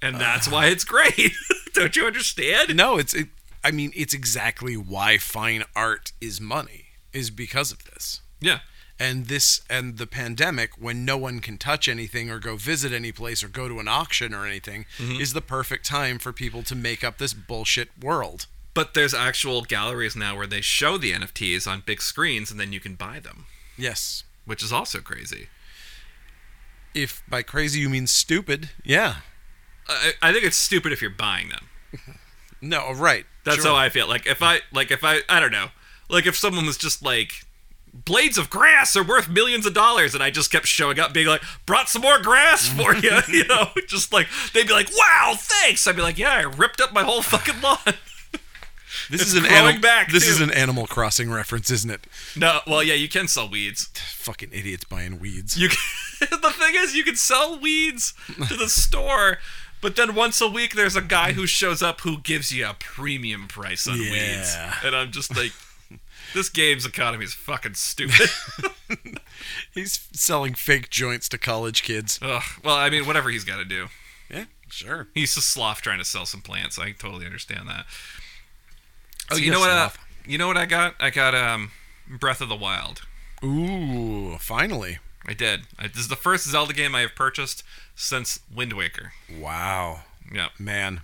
Speaker 2: And that's why it's great. Don't you understand?
Speaker 1: No, it's, it, I mean, it's exactly why fine art is money, is because of this.
Speaker 2: Yeah.
Speaker 1: and this and the pandemic when no one can touch anything or go visit any place or go to an auction or anything
Speaker 2: Mm-hmm.
Speaker 1: is the perfect time for people to make up this bullshit world
Speaker 2: But there's actual galleries now where they show the NFTs on big screens and then you can buy them,
Speaker 1: yes
Speaker 2: which is also crazy.
Speaker 1: if by crazy you mean stupid yeah
Speaker 2: I, I think it's stupid if you're buying them.
Speaker 1: No, oh, right.
Speaker 2: That's
Speaker 1: sure.
Speaker 2: how I feel. Like if I like if I I don't know. Like if someone was just like blades of grass are worth millions of dollars and I just kept showing up being like brought some more grass for you, you know, just like they'd be like, "Wow, thanks." I'd be like, "Yeah, I ripped up my whole fucking lawn."
Speaker 1: This
Speaker 2: It's
Speaker 1: is an
Speaker 2: growing
Speaker 1: animal.
Speaker 2: back,
Speaker 1: this
Speaker 2: too.
Speaker 1: is an Animal Crossing reference, isn't it?
Speaker 2: no, well, yeah, you can sell weeds.
Speaker 1: Fucking idiots buying weeds.
Speaker 2: You can, the thing is, you can sell weeds to the store, but then once a week there's a guy who shows up who gives you a premium price on weeds,
Speaker 1: Yeah.
Speaker 2: and I'm just like, this game's economy is fucking stupid.
Speaker 1: He's selling fake joints to college kids.
Speaker 2: Ugh. Well, I mean, whatever he's got to do.
Speaker 1: Yeah, sure.
Speaker 2: He's a sloth trying to sell some plants. I totally understand that. Oh,
Speaker 1: See
Speaker 2: you
Speaker 1: a
Speaker 2: know what? Uh,
Speaker 1: sloth.
Speaker 2: you know what I got? I got um, Breath of the Wild.
Speaker 1: Ooh, finally.
Speaker 2: I did. I, this is the first Zelda game I have purchased since Wind Waker.
Speaker 1: Wow,
Speaker 2: Yeah,
Speaker 1: man,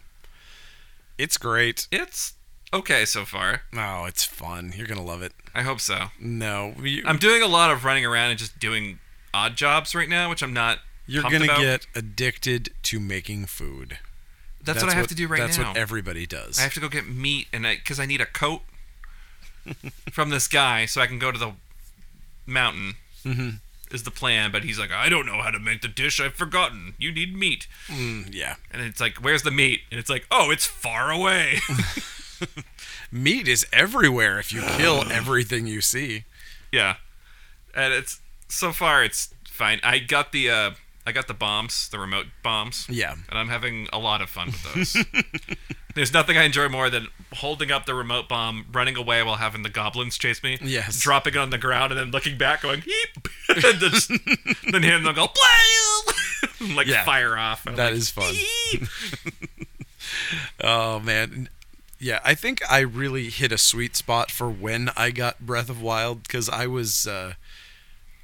Speaker 1: it's great.
Speaker 2: it's okay so far.
Speaker 1: Oh, it's fun. You're gonna love it.
Speaker 2: I hope so.
Speaker 1: No, you,
Speaker 2: I'm doing a lot of running around and just doing odd jobs right now, which I'm not.
Speaker 1: you're
Speaker 2: pumped
Speaker 1: gonna
Speaker 2: about.
Speaker 1: get addicted to making food.
Speaker 2: That's, what I have to do right
Speaker 1: that's
Speaker 2: now.
Speaker 1: what everybody does.
Speaker 2: I have to go get meat, and because I, need a coat from this guy, so I can go to the mountain.
Speaker 1: Mhm.
Speaker 2: Is the plan? But he's like, I don't know how to make the dish. I've forgotten. You need meat,
Speaker 1: Mm, yeah,
Speaker 2: and it's like, where's the meat? And it's like, oh, it's far away.
Speaker 1: meat is everywhere if you kill everything you see.
Speaker 2: yeah, and it's so far it's fine. I got the uh, I got the bombs, the remote bombs.
Speaker 1: Yeah,
Speaker 2: and I'm having a lot of fun with those. There's nothing I enjoy more than holding up the remote bomb, running away while having the goblins chase me,
Speaker 1: Yes.
Speaker 2: dropping it on the ground, and then looking back, going "Yeep," and then, just, then hearing them go "Blam!" and, like
Speaker 1: Yeah.
Speaker 2: fire off. and I'm
Speaker 1: that
Speaker 2: like,
Speaker 1: is fun.
Speaker 2: "Yeep."
Speaker 1: Oh man. Yeah, I think I really hit a sweet spot for when I got Breath of Wild cuz I was uh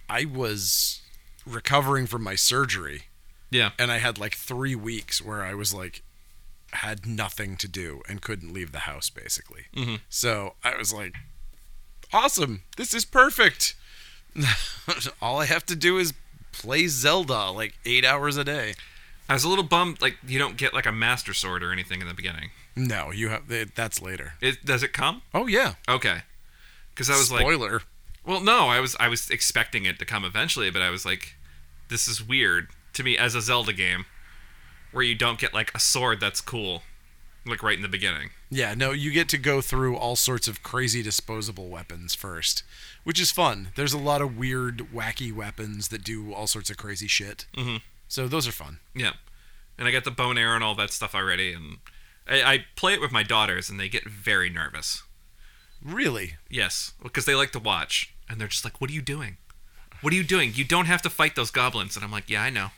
Speaker 1: I was recovering from my surgery
Speaker 2: Yeah,
Speaker 1: and I had like 3 weeks where I was like had nothing to do and couldn't leave the house basically.
Speaker 2: Mhm.
Speaker 1: So, I was like awesome. This is perfect. All I have to do is play Zelda like 8 hours a day.
Speaker 2: I was a little bummed. Like you don't get like a master sword or anything in the beginning.
Speaker 1: No, you have that's later.
Speaker 2: It does it come?
Speaker 1: Oh yeah.
Speaker 2: Okay, because I was like,
Speaker 1: spoiler.
Speaker 2: Well, no, I was I was expecting it to come eventually, but I was like, this is weird to me as a Zelda game, where you don't get like a sword that's cool, like right in the beginning.
Speaker 1: Yeah, no, you get to go through all sorts of crazy disposable weapons first, which is fun. There's a lot of weird, wacky weapons that do all sorts of crazy shit. Mm-hmm. So those are fun.
Speaker 2: Yeah, and I got the bone arrow and all that stuff already, and I, I play it with my daughters, and they get very nervous.
Speaker 1: Really?
Speaker 2: Yes, because they like to watch, and they're just like, "What are you doing? What are you doing? You don't have to fight those goblins." And I'm like, "Yeah, I know."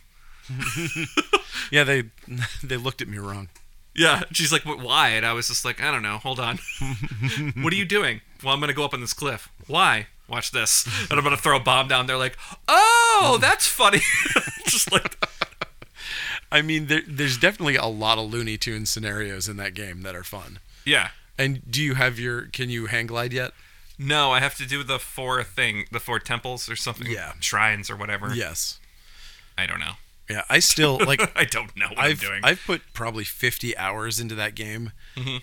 Speaker 1: Yeah, they they looked at me wrong.
Speaker 2: Yeah, she's like, "But why?" And I was just like, "I don't know. Hold on. what are you doing?" Well, I'm gonna go up on this cliff. Why? Watch this. And I'm gonna throw a bomb down. They're like,
Speaker 1: Mm-hmm.
Speaker 2: "Oh, that's funny." just like,
Speaker 1: I mean, there, there's definitely a lot of Looney Tunes scenarios in that game that are fun.
Speaker 2: yeah.
Speaker 1: And do you have your? Can you hang glide yet?
Speaker 2: No, I have to do the four thing, the four temples or something.
Speaker 1: Yeah.
Speaker 2: Shrines or whatever.
Speaker 1: Yes.
Speaker 2: I don't know.
Speaker 1: Yeah, I still like.
Speaker 2: I don't know what
Speaker 1: I've
Speaker 2: I'm doing. Mm-hmm.
Speaker 1: I've put probably 50 hours into that game,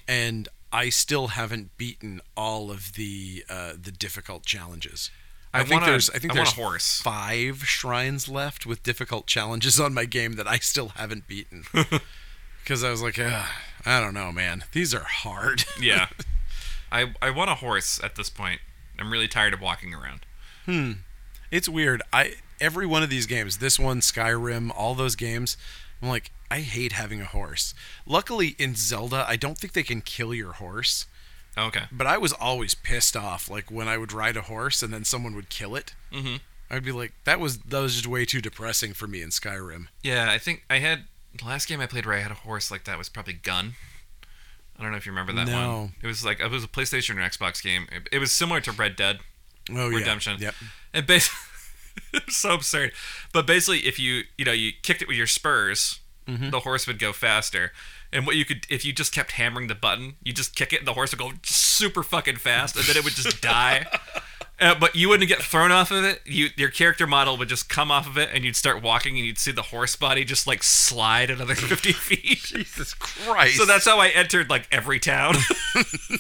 Speaker 1: and I still haven't beaten all of the uh, the difficult challenges. I,
Speaker 2: I
Speaker 1: think
Speaker 2: want a-
Speaker 1: there's I think
Speaker 2: I want
Speaker 1: there's
Speaker 2: a horse.
Speaker 1: five shrines left with difficult challenges on my game that I still haven't beaten. Because I was like, "Ugh, I don't know, man. These are hard.
Speaker 2: yeah. I I want a horse at this point. I'm really tired of walking around.
Speaker 1: it's weird. I every one of these games, this one, Skyrim, all those games, I'm like, I hate having a horse. Luckily in Zelda, I don't think they can kill your horse.
Speaker 2: Oh, Okay.
Speaker 1: But I was always pissed off, like when I would ride a horse and then someone would kill it.
Speaker 2: Mm-hmm.
Speaker 1: I'd be like, that was that was just way too depressing for me in Skyrim.
Speaker 2: Yeah, I think I had the last game I played where I had a horse like that was probably Gun. I don't know if you remember that
Speaker 1: No.
Speaker 2: one. It was like it was a PlayStation or Xbox game. It, it was similar to Red Dead
Speaker 1: Oh
Speaker 2: Redemption.
Speaker 1: yeah, yep.
Speaker 2: And basically, it was so absurd. But basically, if you you know you kicked it with your spurs, the horse would go faster. And what you could if you just kept hammering the button, you just kick it, and the horse would go super fucking fast, and then it would just die. Uh, but you wouldn't get thrown off of it. You your character model would just come off of it, and you'd start walking, and you'd see the horse body just like slide another fifty feet.
Speaker 1: Jesus Christ.
Speaker 2: So that's how I entered like every town.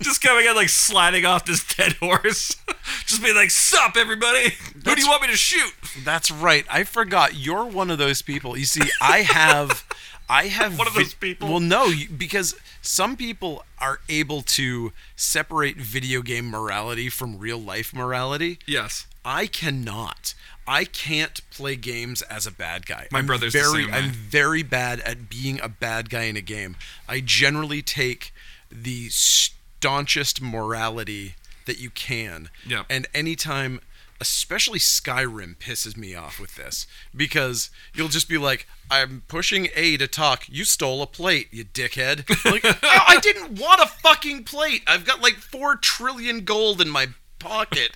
Speaker 2: just coming in like sliding off this dead horse. just being like, "Sup, everybody? Who do you want me to shoot?"
Speaker 1: That's right. I forgot. You're one of those people. You see, I have, I have
Speaker 2: One of those people?
Speaker 1: Well, no, you- because some people are able to separate video game morality from real life morality.
Speaker 2: Yes.
Speaker 1: I cannot. I can't play games as a bad guy.
Speaker 2: My
Speaker 1: I'm
Speaker 2: brother's the
Speaker 1: very.
Speaker 2: same way.
Speaker 1: I'm very bad at being a bad guy in a game. I generally take the staunchest morality that you can.
Speaker 2: Yep.
Speaker 1: And anytime, especially Skyrim, pisses me off with this because you'll just be like, "I'm pushing A to talk. You stole a plate, you dickhead." Like, "Oh, I didn't want a fucking plate. I've got like four trillion gold in my pocket.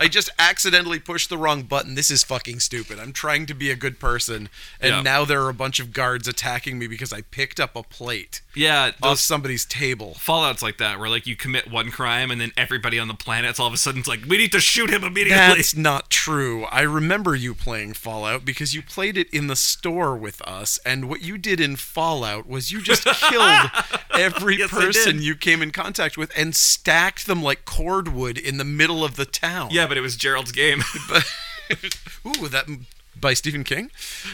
Speaker 1: I just accidentally pushed the wrong button. This is fucking stupid. I'm trying to be a good person, and
Speaker 2: Yeah.
Speaker 1: now there are a bunch of guards attacking me because I picked up a plate
Speaker 2: Yeah.
Speaker 1: off
Speaker 2: Those
Speaker 1: somebody's table.
Speaker 2: fallouts like that, where like you commit one crime, and then everybody on the planet's all of a sudden's like, "We need to shoot him immediately."
Speaker 1: That's not true. I remember you playing Fallout because you played it in the store with us, and what you did in Fallout was you just killed every
Speaker 2: Yes, I did.
Speaker 1: person you came in contact with and stacked them like cordwood in the middle of the town.
Speaker 2: yeah, but it was Gerald's game.
Speaker 1: Ooh, that by Stephen King?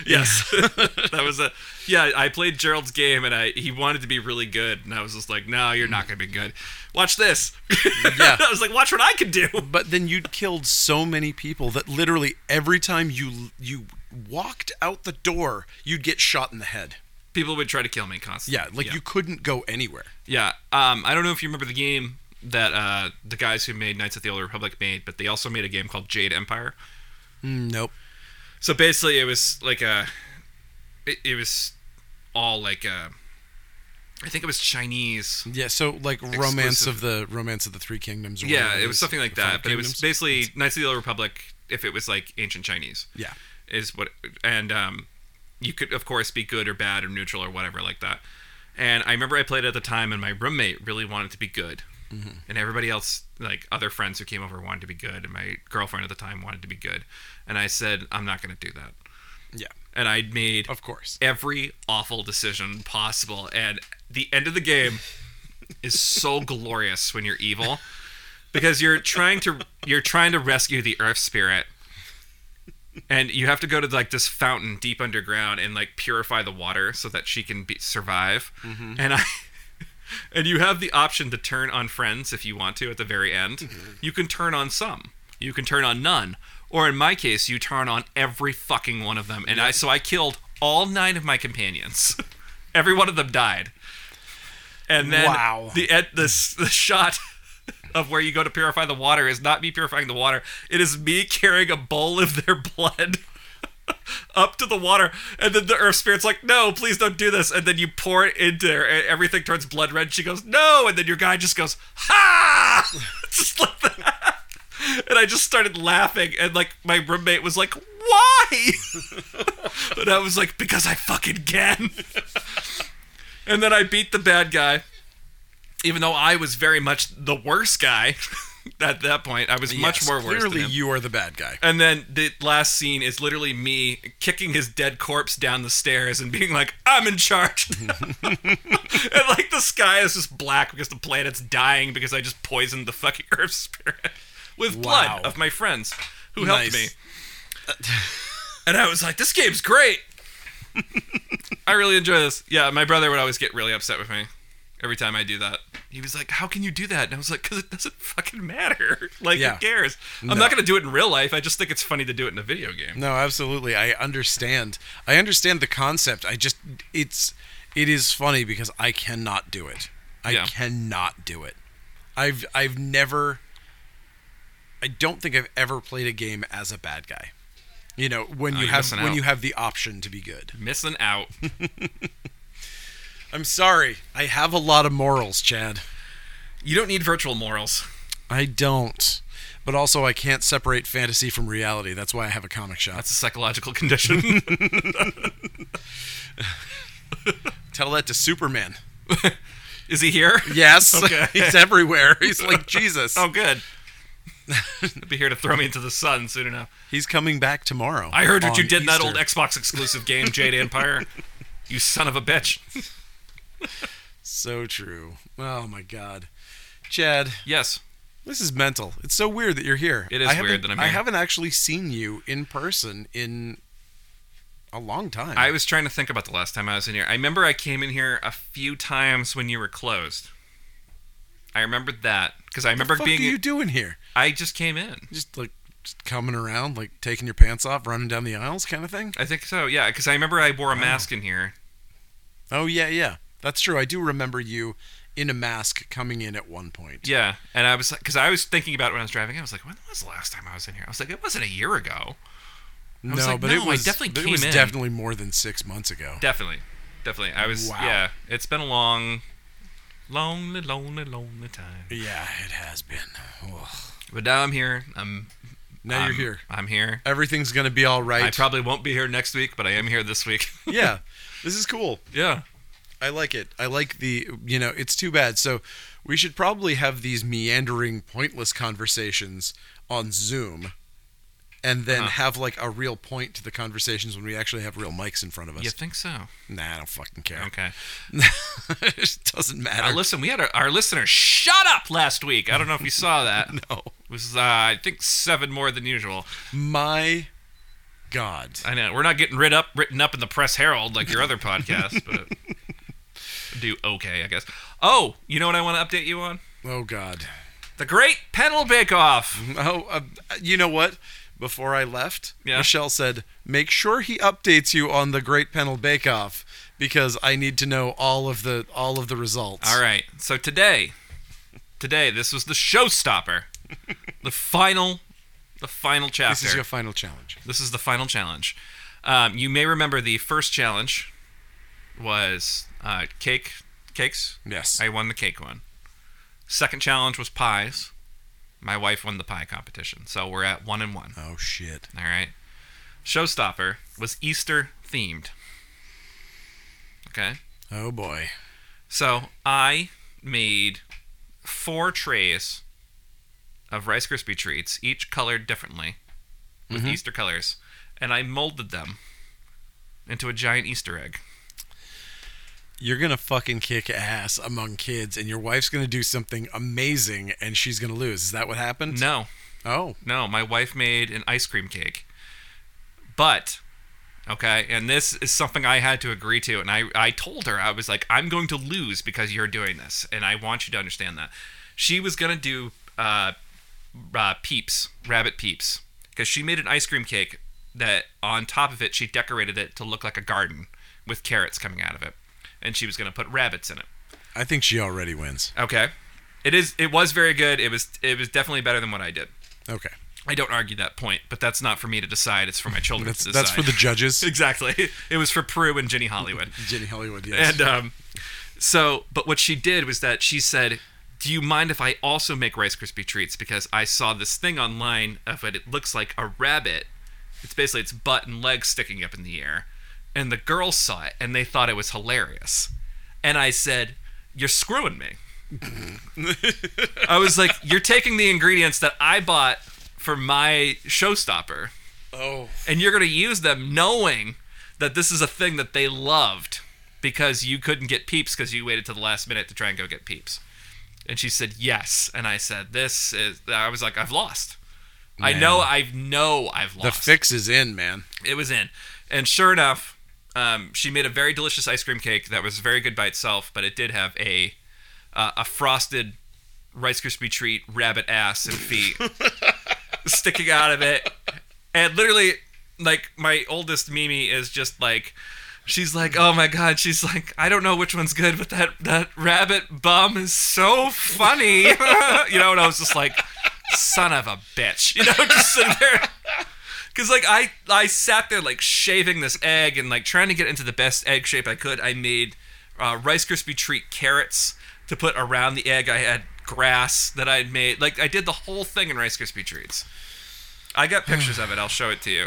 Speaker 2: Yes, that was a yeah. I played Gerald's game, and I he wanted to be really good, and I was just like, "No, you're not gonna be good. Watch this."
Speaker 1: Yeah.
Speaker 2: I was like, "Watch what I can do."
Speaker 1: But then you killed so many people that literally every time you you walked out the door, you'd get shot in the head.
Speaker 2: People would try to kill me constantly.
Speaker 1: Yeah, like you couldn't go anywhere.
Speaker 2: Yeah. Um, I don't know if you remember the game that uh, the guys who made Knights of the Old Republic made, but they also made a game called Jade Empire.
Speaker 1: Nope.
Speaker 2: So basically, it was like a, it, it was all like a, I think it was Chinese.
Speaker 1: Yeah, so like romance of the romance of the three kingdoms. Or
Speaker 2: Yeah,
Speaker 1: whatever
Speaker 2: it was
Speaker 1: is,
Speaker 2: something like
Speaker 1: the Five
Speaker 2: that. But it was
Speaker 1: Kingdoms.
Speaker 2: basically Knights of the Old Republic if it was like ancient Chinese.
Speaker 1: yeah,
Speaker 2: is what and um you could of course be good or bad or neutral or whatever like that and i remember i played it at the time and my roommate really wanted to be good
Speaker 1: Mm-hmm.
Speaker 2: and everybody else like other friends who came over wanted to be good and my girlfriend at the time wanted to be good and i said i'm not going to do that
Speaker 1: yeah,
Speaker 2: and i made
Speaker 1: of course.
Speaker 2: every awful decision possible and the end of the game is so glorious when you're evil because you're trying to you're trying to rescue the earth spirit and you have to go to like this fountain deep underground and like purify the water so that she can be, survive and i and you have the option to turn on friends if you want to at the very end you can turn on some you can turn on none or in my case you turn on every fucking one of them and i so i killed all nine of my companions every one of them died and then
Speaker 1: Wow.
Speaker 2: the ed, the, s- the shot of where you go to purify the water is not me purifying the water it is me carrying a bowl of their blood up to the water, and then the earth spirit's like, "No, please don't do this." And then you pour it in there, and everything turns blood red. She goes, "No," and then your guy just goes, "Ha!" just like that. And I just started laughing, and like my roommate was like, "Why?" and I was like, "Because I fucking can." and then I beat the bad guy, even though I was very much the worst guy. At that point, I was much
Speaker 1: Yes,
Speaker 2: more worse.
Speaker 1: Clearly,
Speaker 2: than him.
Speaker 1: you are the bad guy.
Speaker 2: And then the last scene is literally me kicking his dead corpse down the stairs and being like, I'm in charge. and like the sky is just black because the planet's dying because I just poisoned the fucking earth spirit with
Speaker 1: Wow.
Speaker 2: blood of my friends who helped
Speaker 1: Nice.
Speaker 2: me. And I was like, this game's great. I really enjoy this. Yeah, my brother would always get really upset with me every time I do that. He was like, "How can you do that?" And I was like, "Cause it doesn't fucking matter. Like,
Speaker 1: Yeah.
Speaker 2: who cares? I'm not gonna do it in real life. I just think it's funny to do it in a video game."
Speaker 1: No, absolutely. I understand. I understand the concept. I just it's it is funny because I cannot do it. I
Speaker 2: Yeah.
Speaker 1: cannot do it. I've I've never I don't think I've ever played a game as a bad guy. You know, when you
Speaker 2: Oh, you're
Speaker 1: have
Speaker 2: missing
Speaker 1: when
Speaker 2: out.
Speaker 1: you have the option to be good.
Speaker 2: Missing out.
Speaker 1: I'm sorry. I have a lot of morals, Chad.
Speaker 2: You don't need virtual morals.
Speaker 1: I don't. But also I can't separate fantasy from reality. That's why I have a comic shop.
Speaker 2: That's a psychological condition.
Speaker 1: Tell that to Superman.
Speaker 2: Is he here?
Speaker 1: Yes.
Speaker 2: Okay.
Speaker 1: He's everywhere. He's like Jesus.
Speaker 2: Oh, good. He'll be here to throw me into the sun soon enough.
Speaker 1: He's coming back tomorrow.
Speaker 2: I heard what
Speaker 1: on
Speaker 2: you did in that
Speaker 1: Easter.
Speaker 2: old Xbox exclusive game, Jade Empire. You son of a bitch.
Speaker 1: So true. Oh my God, Chad,
Speaker 2: Yes.
Speaker 1: this is mental. It's so weird that you're here.
Speaker 2: It is
Speaker 1: I haven't-
Speaker 2: weird that I'm
Speaker 1: I
Speaker 2: here.
Speaker 1: haven't actually seen you in person in a long time.
Speaker 2: I was trying to think about the last time I was in here. I remember I came in here a few times when you were closed. I remember that because I remember
Speaker 1: What the fuck
Speaker 2: being.
Speaker 1: are you doing here?
Speaker 2: I just came in.
Speaker 1: Just like just coming around, like taking your pants off, running down the aisles, kind of thing.
Speaker 2: I think so. Yeah, because I remember I wore a mask in here.
Speaker 1: Oh yeah, yeah, that's true. I do remember you in a mask coming in at one point.
Speaker 2: Yeah, and I was because I was thinking about it when I was driving. I was like, when was the last time I was in here? I was like, it wasn't a year ago.
Speaker 1: No,
Speaker 2: was like,
Speaker 1: but
Speaker 2: no,
Speaker 1: it
Speaker 2: I
Speaker 1: was
Speaker 2: definitely
Speaker 1: but it
Speaker 2: came
Speaker 1: was
Speaker 2: in.
Speaker 1: definitely more than six months ago.
Speaker 2: Definitely, definitely. I was.
Speaker 1: Wow.
Speaker 2: Yeah, it's been a long, lonely, lonely, lonely time.
Speaker 1: Yeah, it has been. Ugh.
Speaker 2: But now I'm here. I'm.
Speaker 1: Now
Speaker 2: I'm-
Speaker 1: you're here.
Speaker 2: I'm here.
Speaker 1: Everything's gonna be all right.
Speaker 2: I probably won't be here next week, but I am here this week.
Speaker 1: yeah, this is cool.
Speaker 2: yeah.
Speaker 1: I like it. I like the, you know, it's too bad. So we should probably have these meandering, pointless conversations on Zoom and then
Speaker 2: Uh-huh.
Speaker 1: have like a real point to the conversations when we actually have real mics in front of us.
Speaker 2: You think so?
Speaker 1: Nah, I don't fucking care.
Speaker 2: Okay.
Speaker 1: it doesn't matter.
Speaker 2: Uh, listen, we had our, our listener shut up last week. I don't know if you saw that. It
Speaker 1: no.
Speaker 2: was, uh, I think, seven more than usual.
Speaker 1: My God.
Speaker 2: I know. We're not getting rid up, written up in the Press Herald like your other podcast, but do okay, I guess. Oh, you know what I want to update you on?
Speaker 1: Oh, God.
Speaker 2: The Great Panel Bake Off.
Speaker 1: Oh, uh, you know what? Before I left,
Speaker 2: Yeah.
Speaker 1: Michelle said, "Make sure he updates you on the Great Panel Bake Off because I need to know all of the all of the results."
Speaker 2: All right. So today, today, this was the showstopper, the final, the final chapter.
Speaker 1: This is your final challenge.
Speaker 2: This is the final challenge. Um, you may remember the first challenge was uh, cake, cakes.
Speaker 1: Yes.
Speaker 2: I won the cake one. Second challenge was pies. My wife won the pie competition. So we're at one and one.
Speaker 1: oh shit.
Speaker 2: All right. Showstopper was Easter themed. Okay.
Speaker 1: Oh boy.
Speaker 2: So I made four trays of Rice Krispie treats, each colored differently with
Speaker 1: Mhm.
Speaker 2: Easter colors, and I molded them into a giant Easter egg.
Speaker 1: You're gonna fucking kick ass among kids, and your wife's gonna do something amazing, and she's gonna lose. Is that what happened?
Speaker 2: No,
Speaker 1: Oh.
Speaker 2: no, my wife made an ice cream cake. But okay, and this is something I had to agree to and I I told her I was like I'm going to lose because you're doing this and I want you to understand that. She was going to do uh, uh peeps, rabbit peeps because she made an ice cream cake that on top of it she decorated it to look like a garden with carrots coming out of it and she was going to put rabbits in it.
Speaker 1: I think she already wins.
Speaker 2: Okay. It is it was very good. It was it was definitely better than what I did.
Speaker 1: Okay.
Speaker 2: I don't argue that point, but that's not for me to decide. It's for my children
Speaker 1: That's
Speaker 2: to decide.
Speaker 1: that's for the judges.
Speaker 2: exactly. It was for Prue and Ginny Hollywood.
Speaker 1: Jenny Hollywood. Yes.
Speaker 2: and um, so, but what she did was that she said, "Do you mind if I also make Rice Krispie treats? Because I saw this thing online of it. It looks like a rabbit. It's basically its butt and legs sticking up in the air." And the girls saw it and they thought it was hilarious. And I said, "You're screwing me." I was like, "You're taking the ingredients that I bought for my showstopper."
Speaker 1: oh.
Speaker 2: and you're going to use them knowing that this is a thing that they loved because you couldn't get peeps because you waited to the last minute to try and go get peeps. And she said yes, and I said this is. I was like, I've lost. I
Speaker 1: Man.
Speaker 2: know, I know, I've
Speaker 1: The
Speaker 2: lost.
Speaker 1: fix is in, man.
Speaker 2: it was in, and sure enough, um, she made a very delicious ice cream cake that was very good by itself, but it did have a uh, a frosted Rice Krispie treat rabbit ass and feet sticking out of it. And literally, like, my oldest Mimi is just like, she's like, oh my God. She's like, I don't know which one's good, but that, that rabbit bum is so funny. you know, and I was just like, son of a bitch. You know, just sitting there. Cause like I I sat there like shaving this egg and like trying to get into the best egg shape I could. I made uh, Rice Krispie treat carrots to put around the egg. I had grass that I had made. Like I did the whole thing in Rice Krispie treats. I got pictures of it. I'll show it to you.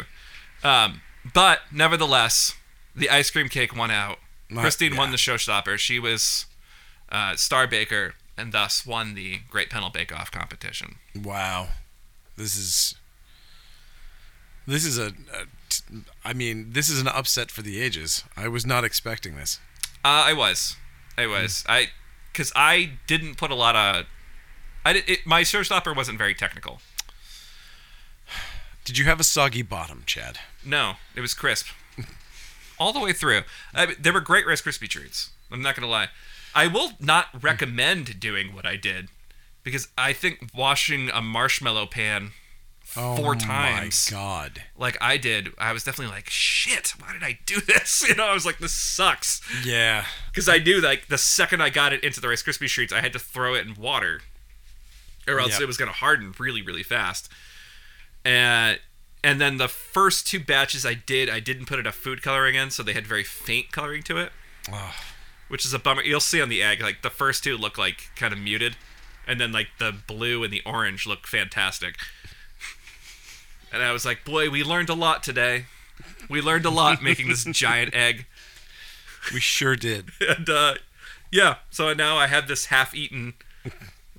Speaker 2: Um, but nevertheless, the ice cream cake won out.
Speaker 1: My-
Speaker 2: Christine won
Speaker 1: yeah.
Speaker 2: the showstopper. She was uh, star baker and thus won the Great Panel Bake Off competition.
Speaker 1: Wow. This is this is a, a t- I mean, this is an upset for the ages. I was not expecting this.
Speaker 2: Uh, I was,
Speaker 1: Hmm.
Speaker 2: I was, I, because I didn't put a lot of, I did, it, my showstopper wasn't very technical.
Speaker 1: Did you have a soggy bottom, Chad?
Speaker 2: No, it was crisp, all the way through. I, there were great Rice Krispie treats. I'm not gonna lie. I will
Speaker 1: Hmm.
Speaker 2: not recommend doing what I did, because I think washing a marshmallow pan
Speaker 1: Oh
Speaker 2: four times,
Speaker 1: My God.
Speaker 2: like I did, I was definitely like, shit, why did I do this? You know, I was like, this sucks.
Speaker 1: Yeah.
Speaker 2: because I knew like the second I got it into the Rice Krispie treats, I had to throw it in water, or else
Speaker 1: Yep.
Speaker 2: it was gonna harden really, really fast. And and then the first two batches I did, I didn't put it a food coloring in, so they had very faint coloring to it,
Speaker 1: Ugh.
Speaker 2: which is a bummer. You'll see on the egg, like the first two look like kind of muted, and then like the blue and the orange look fantastic. And I was like, boy, we learned a lot today. We learned a lot making this giant egg
Speaker 1: We sure did.
Speaker 2: and uh, yeah, so now I have this half-eaten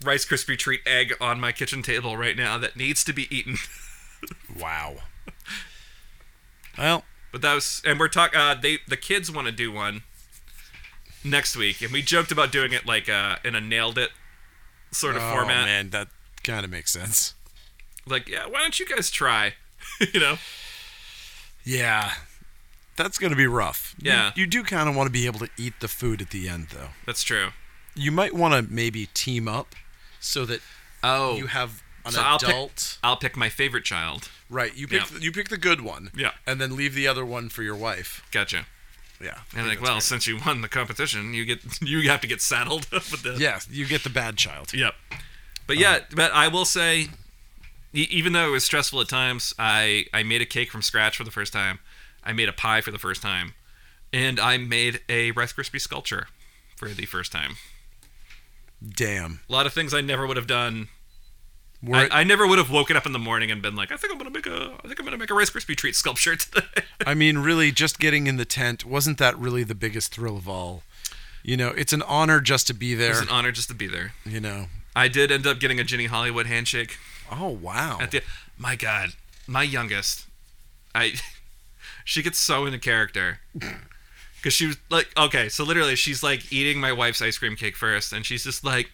Speaker 2: Rice Krispie treat egg on my kitchen table right now that needs to be eaten.
Speaker 1: Wow. Well,
Speaker 2: But that was, and we're talking. Uh, they the kids want to do one next week, and we joked about doing it like uh, in a nailed it sort of
Speaker 1: oh
Speaker 2: format.
Speaker 1: man, that kind of makes sense.
Speaker 2: Like, yeah, why don't you guys try? you know,
Speaker 1: Yeah. That's going to be rough. You-
Speaker 2: Yeah.
Speaker 1: You, do kind of want to be able to eat the food at the end, though.
Speaker 2: that's true.
Speaker 1: You might want to maybe team up so that
Speaker 2: Oh,
Speaker 1: you have an
Speaker 2: So I'll
Speaker 1: adult.
Speaker 2: pick- I'll pick my favorite child.
Speaker 1: right. You pick,
Speaker 2: Yeah.
Speaker 1: the, you pick the good one.
Speaker 2: Yeah.
Speaker 1: And then leave the other one for your wife.
Speaker 2: Gotcha.
Speaker 1: Yeah.
Speaker 2: And like, well, since you won the competition, you get you have to get saddled with the
Speaker 1: Yeah, you get the bad child.
Speaker 2: Yep. But yeah, but I will say, e- even though it was stressful at times, I I made a cake from scratch for the first time. I made a pie for the first time, and I made a Rice Krispie sculpture for the first time.
Speaker 1: Damn.
Speaker 2: A lot of things I never would have done.
Speaker 1: We're,
Speaker 2: I, I never would have woken up in the morning and been like, I think I'm gonna make a I think I'm gonna make a Rice Krispie treat sculpture today.
Speaker 1: I mean, really, just getting in the tent wasn't that really the biggest thrill of all? You know, it's an honor just to be
Speaker 2: it was
Speaker 1: there.
Speaker 2: an honor just to be there.
Speaker 1: you know.
Speaker 2: I did end up getting a Ginny Hollywood handshake.
Speaker 1: Oh wow.
Speaker 2: at the my god my youngest i she gets so into character because she was like okay so literally she's like eating my wife's ice cream cake first and she's just like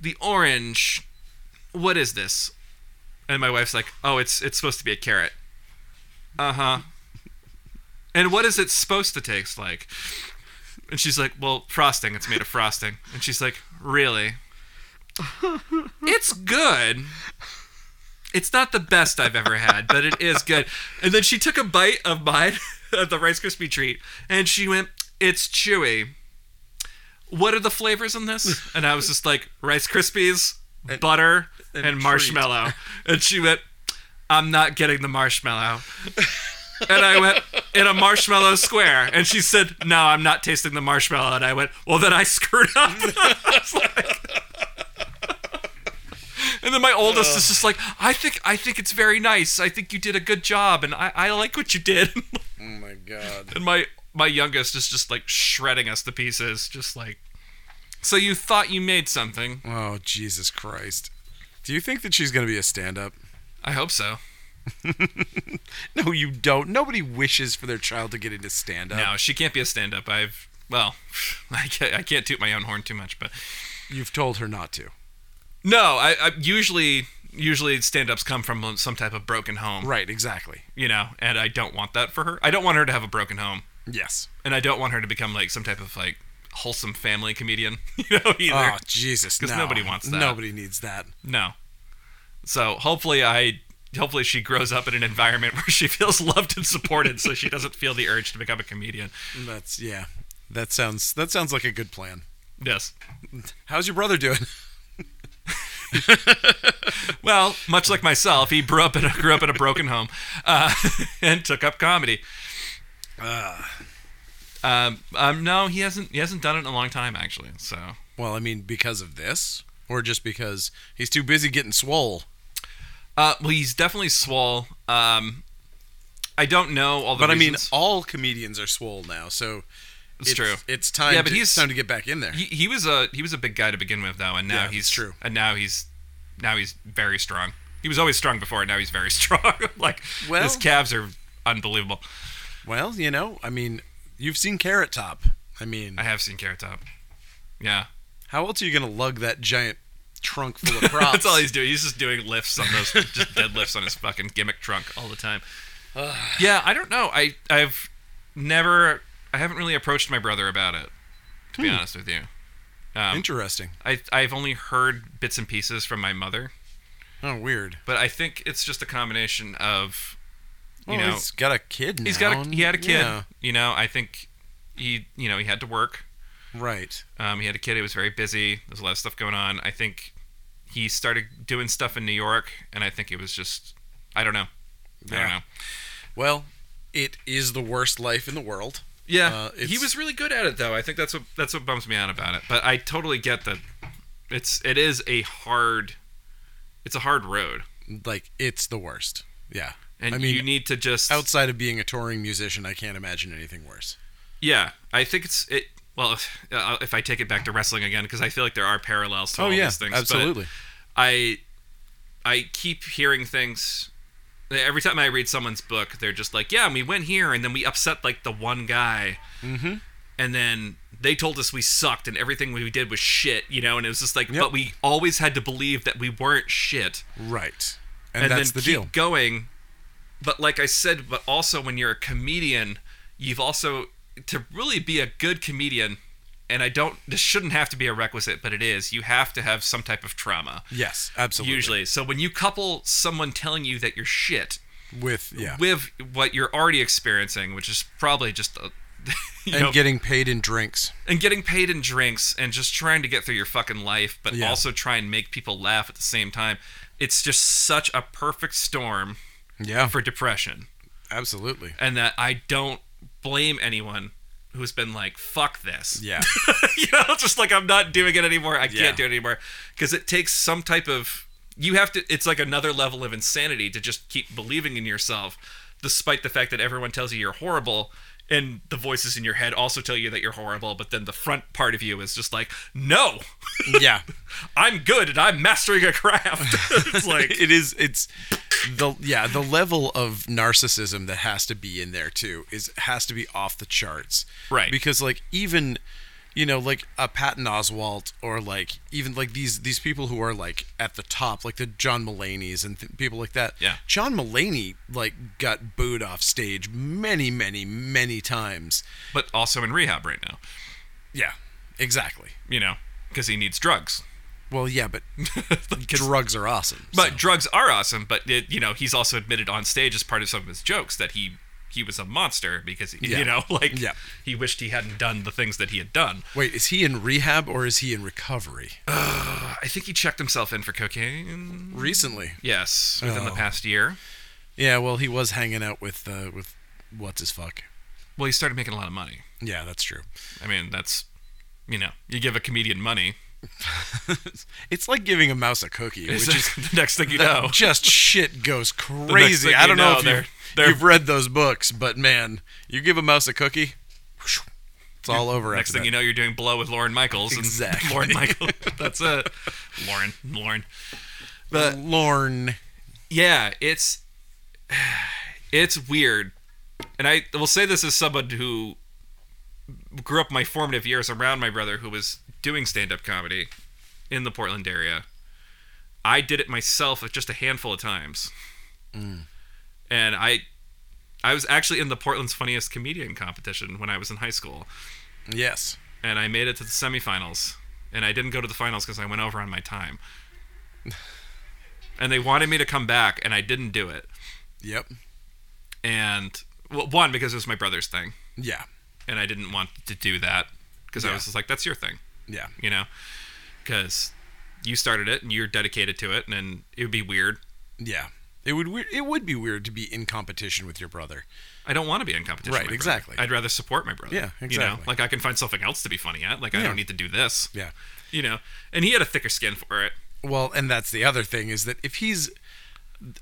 Speaker 2: the orange what is this and my wife's like oh it's it's supposed to be a carrot uh-huh and what is it supposed to taste like and she's like well frosting it's made of frosting and she's like really it's good it's not the best I've ever had, but it is good. And then she took a bite of mine, of the Rice Krispie treat, and she went, It's chewy. What are the flavors in this? And I was just like, Rice Krispies, butter, and,
Speaker 1: treat."
Speaker 2: marshmallow. And she went, I'm not getting the marshmallow. And I went, In a marshmallow square. And she said, No, I'm not tasting the marshmallow. And I went, Well, then I screwed up. I was like- and then my oldest is just like, I think I think it's very nice. I think you did a good job, and I, I like what you did.
Speaker 1: oh my god.
Speaker 2: and my my youngest is just like shredding us to pieces, just like. So you thought you made something?
Speaker 1: Oh Jesus Christ. Do you think that she's gonna be a stand-up?
Speaker 2: I hope so.
Speaker 1: No, you don't. Nobody wishes for their child to get into stand-up.
Speaker 2: No, she can't be a stand-up. I've well, I can't, I can't toot my own horn too much, but
Speaker 1: You've told her not to.
Speaker 2: no, I, I usually usually stand-ups come from some type of broken home,
Speaker 1: Right. Exactly.
Speaker 2: you know, and I don't want that for her. I don't want her to have a broken home.
Speaker 1: Yes.
Speaker 2: and I don't want her to become like some type of like wholesome family comedian, you know, either.
Speaker 1: Oh Jesus.
Speaker 2: 'Cause
Speaker 1: no.
Speaker 2: nobody wants that.
Speaker 1: Nobody needs that.
Speaker 2: No. So hopefully I hopefully she grows up in an environment where she feels loved and supported so she doesn't feel the urge to become a comedian.
Speaker 1: That's yeah. That sounds that sounds like a good plan.
Speaker 2: Yes.
Speaker 1: How's your brother doing?
Speaker 2: Well, much like myself, he grew up in a, grew up in a broken home uh, and took up comedy. Uh, Um, um, no, he hasn't. He hasn't done it in a long time, actually. So
Speaker 1: Well, I mean, because of this, or just because he's too busy getting swole.
Speaker 2: Uh, well, he's definitely swole. Um, I don't know all the.
Speaker 1: But I mean,
Speaker 2: reasons.
Speaker 1: all comedians are swole now, so
Speaker 2: It's true.
Speaker 1: It's time.
Speaker 2: Yeah, but
Speaker 1: to,
Speaker 2: he's-
Speaker 1: it's time to get back in there.
Speaker 2: he, he was a he was a big guy to begin with, though, and now
Speaker 1: Yeah,
Speaker 2: he's
Speaker 1: it's true.
Speaker 2: And now he's now he's very strong. He was always strong before, and now he's very strong. like
Speaker 1: Well-
Speaker 2: his calves are unbelievable.
Speaker 1: Well, you know, I mean, you've seen Carrot Top. I mean,
Speaker 2: I have seen Carrot Top. Yeah,
Speaker 1: how else are you gonna lug that giant trunk full of props?
Speaker 2: that's all he's doing. He's just doing lifts on those, just deadlifts on his fucking gimmick trunk all the time. yeah, I don't know. I I've never, I haven't really approached my brother about it. To
Speaker 1: Hmm.
Speaker 2: be honest with you, um,
Speaker 1: Interesting.
Speaker 2: I I've only heard bits and pieces from my mother,
Speaker 1: Oh, weird.
Speaker 2: but I think it's just a combination of, you
Speaker 1: Well,
Speaker 2: know,
Speaker 1: Oh, he's got a kid now.
Speaker 2: he's got a, he had a kid.
Speaker 1: Yeah,
Speaker 2: You know, I think he you know he had to work.
Speaker 1: right.
Speaker 2: Um, he had a kid. He was very busy. There's a lot of stuff going on. I think he started doing stuff in New York, and I think it was just I don't know. I
Speaker 1: Yeah.
Speaker 2: don't know.
Speaker 1: Well, it is the worst life in the world.
Speaker 2: Yeah,
Speaker 1: Uh,
Speaker 2: he
Speaker 1: it's-
Speaker 2: was really good at it though. I think that's what that's what bums me out about it. But I totally get that. It's it is a hard, it's a hard road,
Speaker 1: Like it's the worst. Yeah.
Speaker 2: and
Speaker 1: I mean,
Speaker 2: you need to just
Speaker 1: Outside of being a touring musician, I can't imagine anything worse.
Speaker 2: Yeah, I think it's it. Well, if, uh, if I take it back to wrestling again, because I feel like there are parallels to all these things. but
Speaker 1: Oh, absolutely.
Speaker 2: I I keep hearing things. Every time I read someone's book, they're just like, "Yeah, and we went here, and then we upset like the one guy,
Speaker 1: Mhm.
Speaker 2: and then they told us we sucked, and everything we did was shit." You know, and it was just like,
Speaker 1: Yep.
Speaker 2: but we always had to believe that we weren't shit,
Speaker 1: Right. And, that's
Speaker 2: then
Speaker 1: the
Speaker 2: keep
Speaker 1: deal.
Speaker 2: going. But like I said, but also when you're a comedian, you've also to really be a good comedian, and I don't this shouldn't have to be a requisite, but it is. You have to have some type of trauma.
Speaker 1: Yes, absolutely.
Speaker 2: Usually. So when you couple someone telling you that you're shit
Speaker 1: with yeah,
Speaker 2: with what you're already experiencing, which is probably just a, you
Speaker 1: and
Speaker 2: know,
Speaker 1: getting paid in drinks.
Speaker 2: and getting paid in drinks and just trying to get through your fucking life, but
Speaker 1: Yeah.
Speaker 2: also try and make people laugh at the same time. It's just such a perfect storm
Speaker 1: Yeah,
Speaker 2: for depression.
Speaker 1: absolutely.
Speaker 2: And that I don't blame anyone who's been like, fuck this.
Speaker 1: Yeah,
Speaker 2: you know, just like I'm not doing it anymore. I
Speaker 1: Yeah.
Speaker 2: can't do it anymore because it takes some type of you have to. It's like another level of insanity to just keep believing in yourself, despite the fact that everyone tells you you're horrible, and the voices in your head also tell you that you're horrible. But then the front part of you is just like, no,
Speaker 1: yeah.
Speaker 2: I'm good and I'm mastering a craft. it's like
Speaker 1: it is. It's the yeah the level of narcissism that has to be in there too is has to be off the charts.
Speaker 2: Right.
Speaker 1: Because like even you know like a Patton Oswalt or like even like these these people who are like at the top like the John Mulaney's and th- people like that.
Speaker 2: Yeah.
Speaker 1: John Mulaney like got booed off stage many many many times.
Speaker 2: but also in rehab right now,
Speaker 1: Yeah. Exactly.
Speaker 2: you know, because he needs drugs.
Speaker 1: Well, yeah, but
Speaker 2: 'Cause-
Speaker 1: drugs are awesome.
Speaker 2: But drugs are awesome. But it, you know, he's also admitted on stage as part of some of his jokes that he he was a monster because he,
Speaker 1: Yeah.
Speaker 2: you know, like
Speaker 1: Yeah.
Speaker 2: he wished he hadn't done the things that he had done.
Speaker 1: Wait, is he in rehab or is he in recovery?
Speaker 2: Uh, I think he checked himself in for cocaine.
Speaker 1: Recently.
Speaker 2: Yes, within the
Speaker 1: Oh.
Speaker 2: past year.
Speaker 1: Yeah, well, he was hanging out with uh, with what's his fuck.
Speaker 2: Well, he started making a lot of money.
Speaker 1: Yeah, that's true.
Speaker 2: I mean, that's you know, you give a comedian money,
Speaker 1: it's like giving a mouse a cookie,
Speaker 2: which
Speaker 1: which is
Speaker 2: is the next thing you know.
Speaker 1: just shit goes
Speaker 2: next
Speaker 1: crazy.
Speaker 2: thing
Speaker 1: I
Speaker 2: you
Speaker 1: don't know,
Speaker 2: know,
Speaker 1: if
Speaker 2: they're-
Speaker 1: you've,
Speaker 2: they're-
Speaker 1: you've read those books, but man, you give a mouse a cookie, whoosh, it's all over.
Speaker 2: Next
Speaker 1: after
Speaker 2: thing you know, you're doing blow with Lauren Michaels. and
Speaker 1: Exactly.
Speaker 2: Lauren Michaels. That's it. Lauren. Lauren.
Speaker 1: that. Lorne.
Speaker 2: yeah, it's it's weird, and I will say this as someone who grew up my formative years around my brother who was doing stand-up comedy in the Portland area. I did it myself at just a handful of times, and I I was actually in the Portland's Funniest Comedian competition when I was in high school,
Speaker 1: Yes.
Speaker 2: and I made it to the semifinals, and I didn't go to the finals because I went over on my time. And they wanted me to come back, and I didn't do it
Speaker 1: Yep.
Speaker 2: and well, one because it was my brother's thing,
Speaker 1: Yeah.
Speaker 2: and I didn't want to do that because I
Speaker 1: Yeah.
Speaker 2: was just like, "That's your thing,"
Speaker 1: Yeah.
Speaker 2: you know, because you started it and you're dedicated to it, and then it would be weird.
Speaker 1: Yeah. It would weir- it would be weird to be in competition with your brother.
Speaker 2: I don't want to be in competition.
Speaker 1: Right,
Speaker 2: with my brother.
Speaker 1: exactly.
Speaker 2: I'd rather support my brother.
Speaker 1: Yeah,
Speaker 2: You know,
Speaker 1: exactly.
Speaker 2: like I can find something else to be funny at. Like I
Speaker 1: Yeah.
Speaker 2: don't need to do this.
Speaker 1: Yeah.
Speaker 2: You know, and he had a thicker skin for it.
Speaker 1: Well, and that's the other thing is that if he's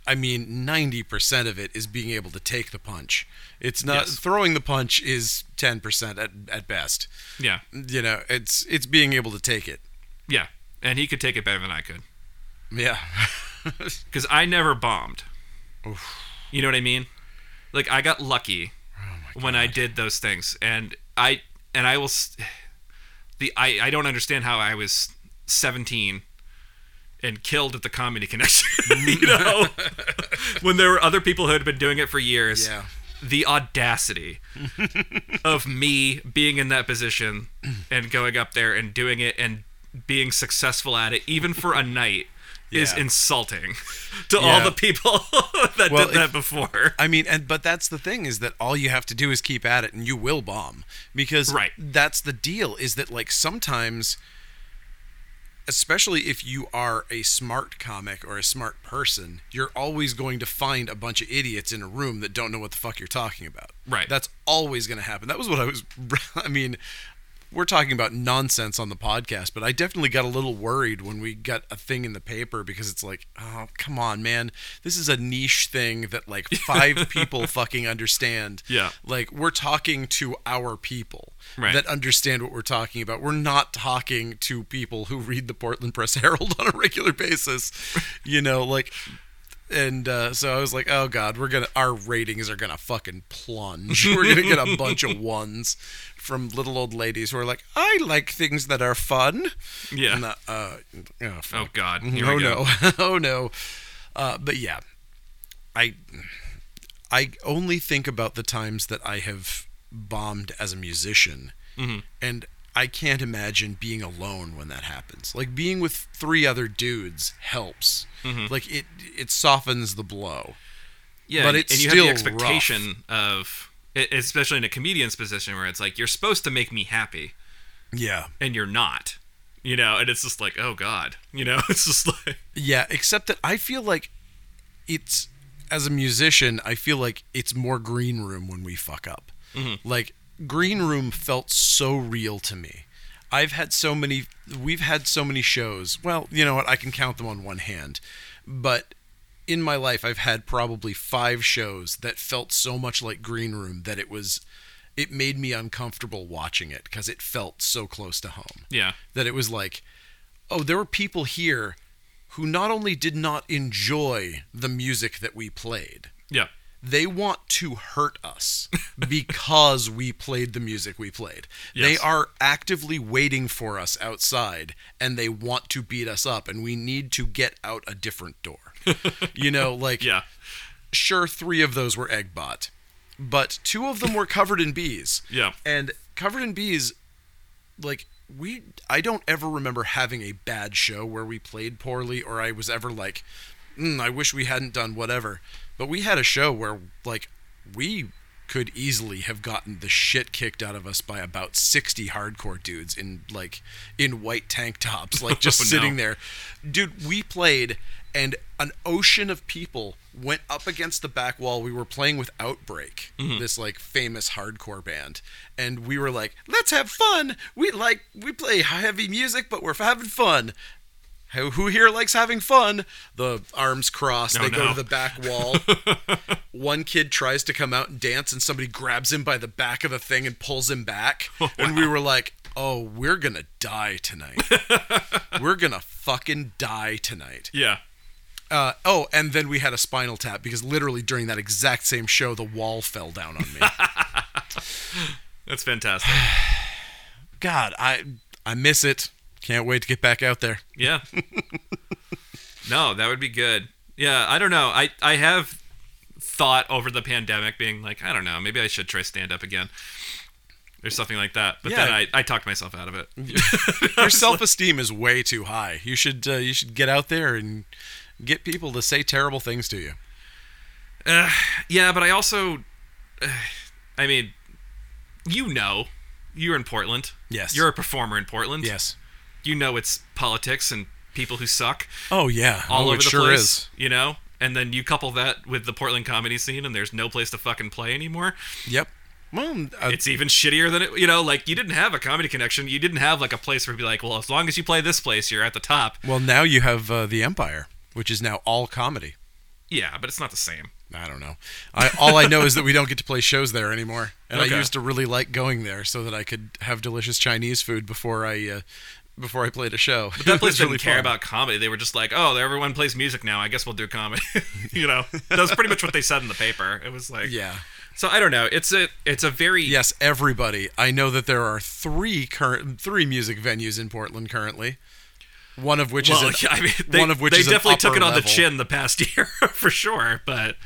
Speaker 1: I mean, 90% of it is being able to take the punch. It's not
Speaker 2: Yes.
Speaker 1: throwing the punch is 10% at, at best.
Speaker 2: Yeah,
Speaker 1: You know, it's it's being able to take it.
Speaker 2: yeah, and he could take it better than I could.
Speaker 1: Yeah.
Speaker 2: because I never bombed.
Speaker 1: Oof. Oh
Speaker 2: You know what I mean? Like I got lucky when I did those things, and I and I will. s- The I I don't understand how I was 17 and killed at the comedy connection.
Speaker 1: Mm.
Speaker 2: you know, when there were other people who had been doing it for years.
Speaker 1: Yeah.
Speaker 2: The audacity of me being in that position and going up there and doing it and being successful at it, even for a night, is
Speaker 1: Yeah.
Speaker 2: insulting to all
Speaker 1: Yeah.
Speaker 2: the people that
Speaker 1: Well,
Speaker 2: did that before.
Speaker 1: I mean, and but that's the thing is that all you have to do is keep at it, and you will bomb because
Speaker 2: Right.
Speaker 1: That's the deal is that like sometimes, especially if you are a smart comic or a smart person, you're always going to find a bunch of idiots in a room that don't know what the fuck you're talking about.
Speaker 2: Right.
Speaker 1: That's always going to happen. That was what I was. I mean. We're talking about nonsense on the podcast, but I definitely got a little worried when we got a thing in the paper because it's like, oh, come on, man. This is a niche thing that like five people fucking understand.
Speaker 2: Yeah.
Speaker 1: Like we're talking to our people
Speaker 2: Right.
Speaker 1: that understand what we're talking about. We're not talking to people who read the Portland Press Herald on a regular basis. You know, like and uh, so I was like, oh god, we're gonna our ratings are gonna fucking plunge. We're gonna get a bunch of ones from little old ladies who are like, I like things that are fun.
Speaker 2: Yeah.
Speaker 1: And, uh, uh, oh, fuck.
Speaker 2: Oh God! Here
Speaker 1: oh
Speaker 2: we go.
Speaker 1: no. oh no. Uh, but yeah, I I only think about the times that I have bombed as a musician,
Speaker 2: Mm-hmm.
Speaker 1: and I can't imagine being alone when that happens. Like being with three other dudes helps.
Speaker 2: Mm-hmm.
Speaker 1: Like it it softens the blow.
Speaker 2: Yeah,
Speaker 1: But
Speaker 2: and,
Speaker 1: it's
Speaker 2: and you
Speaker 1: still
Speaker 2: have the expectation of, e- especially in a comedian's position, where it's like you're supposed to make me happy,
Speaker 1: Yeah.
Speaker 2: and you're not. You know, and it's just like, oh God. You know, it's just like,
Speaker 1: Yeah, except that I feel like it's as a musician, I feel like it's more green room when we fuck up. Like green room felt so real to me. I've had so many we've had so many shows. Well, you know what, I can count them on one hand. But in my life I've had probably 5 shows that felt so much like green room that it was it made me uncomfortable watching it cuz it felt so close to home
Speaker 2: yeah,
Speaker 1: that it was like, oh, there were people here who not only did not enjoy the music that we played,
Speaker 2: yeah,
Speaker 1: they want to hurt us because we played the music we played.
Speaker 2: Yes.
Speaker 1: They are actively waiting for us outside and they want to beat us up, and we need to get out a different door. you know, like,
Speaker 2: yeah,
Speaker 1: sure, three of those were Eggbot, but two of them were covered in bees.
Speaker 2: Yeah.
Speaker 1: And covered in bees, like we, I don't ever remember having a bad show where we played poorly or I was ever like, mm, I wish we hadn't done whatever. But we had a show where like we could easily have gotten the shit kicked out of us by about 60 hardcore dudes in like in white tank tops like just
Speaker 2: Oh, no.
Speaker 1: sitting there there. Dude, we played and an ocean of people went up against the back wall. We were playing with Outbreak, this like famous hardcore band, and we were like, "Let's have fun. We like we play heavy music, but we're having fun." Who who here likes having fun? The arms crossed. they go
Speaker 2: no.
Speaker 1: to the back wall. One kid tries to come out and dance, and somebody grabs him by the back of the thing and pulls him back. And we were like, "Oh, we're gonna die tonight." we're gonna fucking die tonight.
Speaker 2: yeah.
Speaker 1: Uh, oh, and then we had a spinal tap because literally during that exact same show, the wall fell down on me.
Speaker 2: That's fantastic.
Speaker 1: God, I I miss it. Can't wait to get back out there.
Speaker 2: Yeah. no, that would be good. Yeah, I don't know. I I have thought over the pandemic being like, I don't know, maybe I should try stand up again. Or something like that. But then
Speaker 1: Yeah. Mm-hmm.
Speaker 2: I, I talked myself out of it.
Speaker 1: Your self esteem is way too high. You should uh, you should get out there and get people to say terrible things to you.
Speaker 2: Yeah, but I also, I mean, you know, you're in Portland.
Speaker 1: Yes.
Speaker 2: You're a performer in Portland.
Speaker 1: Yes.
Speaker 2: You know it's politics and people who suck
Speaker 1: Oh yeah.
Speaker 2: all
Speaker 1: oh,
Speaker 2: over
Speaker 1: it
Speaker 2: the
Speaker 1: sure
Speaker 2: place.
Speaker 1: is.
Speaker 2: You know, and then you couple that with the Portland comedy scene, and there's no place to fucking play anymore.
Speaker 1: Yep. Well, uh,
Speaker 2: It's even shittier than it. You know, like you didn't have a comedy connection. You didn't have like a place where you'd be like, well, as long as you play this place, you're at the top.
Speaker 1: well now you have uh, the Empire, which is now all comedy.
Speaker 2: Yeah, but it's not the same.
Speaker 1: I don't know. I, all I know is that we don't get to play shows there anymore, and
Speaker 2: Okay.
Speaker 1: I used to really like going there so that I could have delicious Chinese food before I uh, before I played a show.
Speaker 2: But that
Speaker 1: It
Speaker 2: place
Speaker 1: was
Speaker 2: didn't
Speaker 1: really
Speaker 2: care
Speaker 1: fun.
Speaker 2: about comedy. They were just like, oh, everyone plays music now. I guess we'll do comedy. you know, that was pretty much what they said in the paper. It was like,
Speaker 1: Yeah.
Speaker 2: So I don't know. It's a it's a very
Speaker 1: Yes, everybody. I know that there are three current three music venues in Portland currently. One of which
Speaker 2: Well,
Speaker 1: is
Speaker 2: yeah,
Speaker 1: an,
Speaker 2: I mean, they,
Speaker 1: one of which
Speaker 2: they
Speaker 1: is an
Speaker 2: definitely took
Speaker 1: upper
Speaker 2: it on the
Speaker 1: level.
Speaker 2: chin the past year for sure. But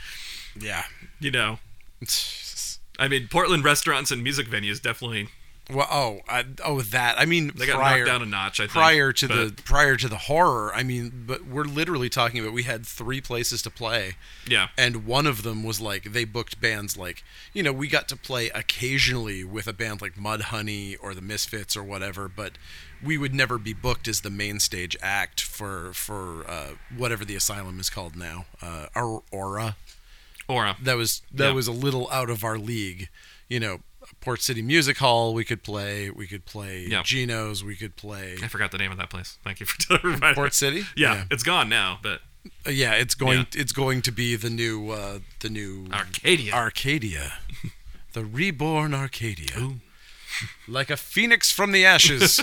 Speaker 1: Yeah.
Speaker 2: you know, I mean, Portland restaurants and music venues definitely
Speaker 1: Well, oh, I, oh, that. I mean,
Speaker 2: they got
Speaker 1: prior,
Speaker 2: knocked down a notch. I think
Speaker 1: prior to
Speaker 2: but,
Speaker 1: the prior to the horror. I mean, but we're literally talking about we had three places to play,
Speaker 2: yeah
Speaker 1: and one of them was like they booked bands like you know we got to play occasionally with a band like Mudhoney or the Misfits or whatever, but we would never be booked as the main stage act for for uh, whatever the asylum is called now, uh, Aur- Aura
Speaker 2: aura
Speaker 1: that was that
Speaker 2: Yeah.
Speaker 1: was a little out of our league. You know, Port City Music Hall we could play, we could play
Speaker 2: Yeah.
Speaker 1: Geno's, we could play
Speaker 2: I forgot the name of that place. Thank you for reminding
Speaker 1: Port
Speaker 2: me.
Speaker 1: City.
Speaker 2: Yeah, it's gone now, but
Speaker 1: yeah, Uh, yeah, it's going it's going to be the new uh, the new
Speaker 2: Arcadia.
Speaker 1: Arcadia, the reborn Arcadia,
Speaker 2: Ooh.
Speaker 1: like a phoenix from the ashes.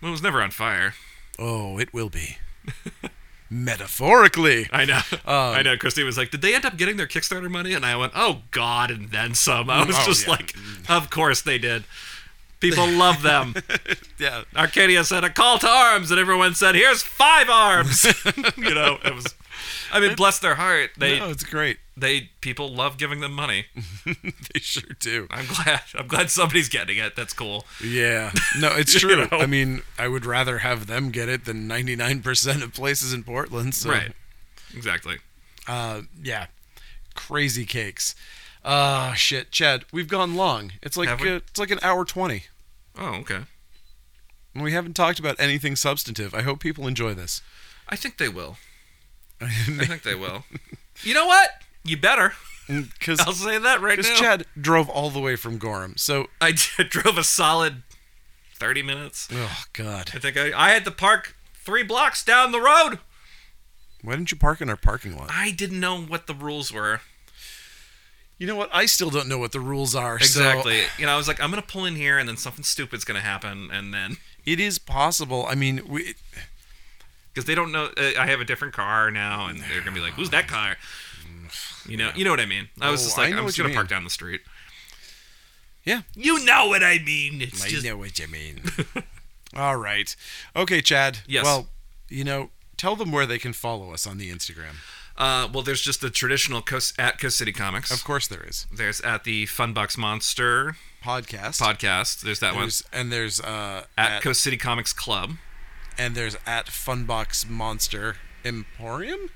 Speaker 2: well, it was never on fire.
Speaker 1: oh, it will be metaphorically.
Speaker 2: I know.
Speaker 1: Um,
Speaker 2: I know. Christine was like, "Did they end up getting their Kickstarter money?" And I went, "Oh God!" And then some. I was
Speaker 1: Oh,
Speaker 2: just
Speaker 1: yeah.
Speaker 2: like, "Of course they did. People love them."
Speaker 1: Yeah,
Speaker 2: Arcadia said a call to arms, and everyone said, "Here's five arms." you know, it was. I mean, bless their heart. They
Speaker 1: no, it's great.
Speaker 2: they people love giving them money.
Speaker 1: They sure do.
Speaker 2: I'm glad. I'm glad somebody's getting it. That's cool.
Speaker 1: Yeah. No, it's true.
Speaker 2: know?
Speaker 1: I mean, I would rather have them get it than 99% of places in Portland. So,
Speaker 2: Right. Exactly.
Speaker 1: Uh, yeah. Crazy cakes. Uh, shit, Chad, we've gone long. It's like
Speaker 2: Have we?
Speaker 1: uh, it's like an hour 20.
Speaker 2: Oh, okay.
Speaker 1: And we haven't talked about anything substantive. I hope people enjoy this. Mm,
Speaker 2: I think they will. I think they will. You know what? You better.
Speaker 1: Because
Speaker 2: I'll say that right now.
Speaker 1: Chad drove all the way from Gorham. So,
Speaker 2: I d- drove a solid 30 minutes.
Speaker 1: oh,
Speaker 2: I
Speaker 1: God.
Speaker 2: think I, I had to park three blocks down the road.
Speaker 1: Why didn't you park in our parking lot?
Speaker 2: I didn't know what the rules were.
Speaker 1: You know what? I still don't know what the rules are. So
Speaker 2: Exactly. you know, I was like, I'm going to pull in here and then something stupid's going to happen. And then,
Speaker 1: it is possible. I mean, we,
Speaker 2: because they don't know, uh, I have a different car now and they're going to be like, who's that car? You know, you know what I mean. I was
Speaker 1: Oh,
Speaker 2: just
Speaker 1: I
Speaker 2: like,
Speaker 1: know
Speaker 2: I'm
Speaker 1: what
Speaker 2: just
Speaker 1: you
Speaker 2: gonna park
Speaker 1: mean.
Speaker 2: down the street.
Speaker 1: Yeah.
Speaker 2: you know what I mean. It's
Speaker 1: I
Speaker 2: just
Speaker 1: know what you mean. All right. Okay, Chad.
Speaker 2: Yes.
Speaker 1: Well, you know, tell them where they can follow us on the Instagram.
Speaker 2: uh, well, there's just the traditional Coast at Coast City Comics.
Speaker 1: Of course there is.
Speaker 2: There's at the Funbox Monster
Speaker 1: Podcast.
Speaker 2: podcast. There's that one
Speaker 1: there's, and there's uh
Speaker 2: at, Coast City Comics Club.
Speaker 1: and there's at Funbox Monster Emporium?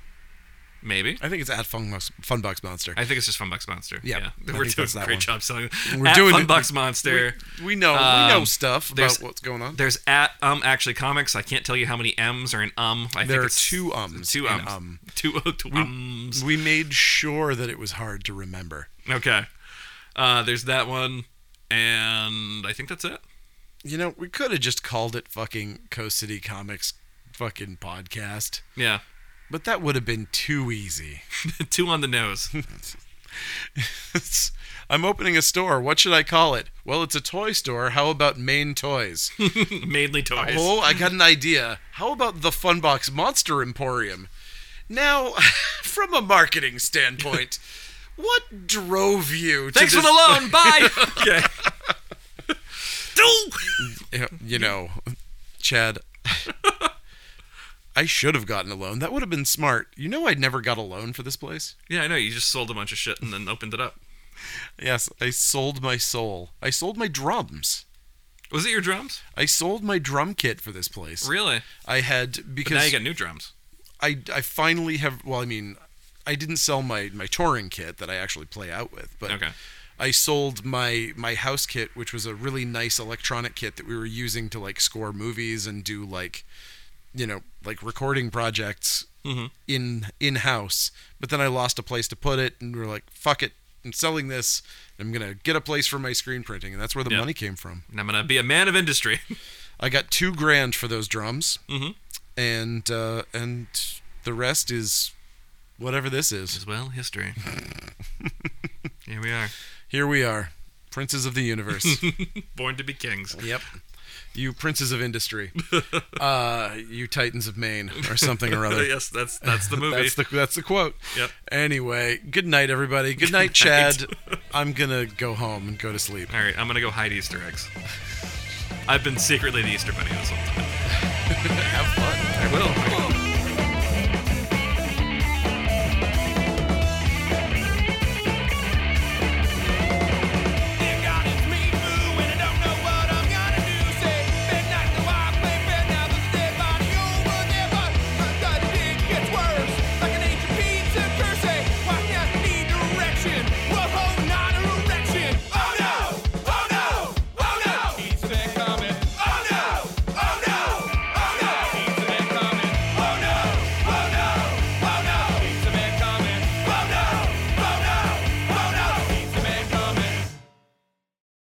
Speaker 2: Maybe.
Speaker 1: I think it's at Funbox Funbox Monster.
Speaker 2: I think it's just Funbox Monster.
Speaker 1: Yeah, I
Speaker 2: We're
Speaker 1: think
Speaker 2: doing
Speaker 1: that's
Speaker 2: a
Speaker 1: that
Speaker 2: great
Speaker 1: one.
Speaker 2: job selling.
Speaker 1: We're
Speaker 2: We're at
Speaker 1: doing
Speaker 2: doing
Speaker 1: it-
Speaker 2: Funbox Monster.
Speaker 1: we know
Speaker 2: Um,
Speaker 1: we know stuff about
Speaker 2: there's-
Speaker 1: what's going on.
Speaker 2: There's at um actually comics. I can't tell you how many M's are in um. I
Speaker 1: There
Speaker 2: think
Speaker 1: are
Speaker 2: it's
Speaker 1: two ums
Speaker 2: Two
Speaker 1: in
Speaker 2: ums.
Speaker 1: um.
Speaker 2: Two, two ums.
Speaker 1: We made sure that it was hard to remember.
Speaker 2: Okay. Uh, there's that one, and I think that's it.
Speaker 1: You know, we could have just called it fucking Coast City Comics fucking podcast.
Speaker 2: Yeah.
Speaker 1: But that would have been too easy.
Speaker 2: two on the nose.
Speaker 1: I'm opening a store. What should I call it? Well, it's a toy store. How about Main Toys?
Speaker 2: Mainly toys.
Speaker 1: oh, I got an idea. How about the Funbox Monster Emporium? Now, from a marketing standpoint, what drove you to
Speaker 2: Thanks for
Speaker 1: this,
Speaker 2: the loan. Bye. okay.
Speaker 1: You know, Chad, I should have gotten a loan. That would have been smart. You know I never got a loan for this place?
Speaker 2: yeah, I know. You just sold a bunch of shit and then opened it up.
Speaker 1: Yes, I sold my soul. I sold my drums.
Speaker 2: Was it your drums?
Speaker 1: I sold my drum kit for this place.
Speaker 2: Really?
Speaker 1: I had
Speaker 2: But now
Speaker 1: because
Speaker 2: you got new drums.
Speaker 1: I I finally have well I mean I didn't sell my my touring kit that I actually play out with but
Speaker 2: Okay.
Speaker 1: I sold my my house kit which was a really nice electronic kit that we were using to like score movies and do like you know like recording projects
Speaker 2: Mm-hmm.
Speaker 1: in in house but then I lost a place to put it and we are like fuck it I'm selling this I'm going to get a place for my screen printing and that's where the
Speaker 2: Yeah.
Speaker 1: money came from
Speaker 2: And I'm gonna be a man of industry.
Speaker 1: I got two grand for those drums,
Speaker 2: Mhm.
Speaker 1: and uh, and the rest is whatever this is.
Speaker 2: As well, history. Here we are,
Speaker 1: Here we are, princes of the universe.
Speaker 2: born to be kings.
Speaker 1: yep. you princes of industry, uh, you titans of Maine, or something or other.
Speaker 2: yes, that's that's the movie.
Speaker 1: That's the that's the quote.
Speaker 2: Yep.
Speaker 1: Anyway, good night, everybody. Good night,
Speaker 2: night.
Speaker 1: Chad. I'm gonna go home and go to sleep.
Speaker 2: All right, I'm gonna go hide Easter eggs. I've been secretly the Easter Bunny this whole time.
Speaker 1: Have fun.
Speaker 2: I will.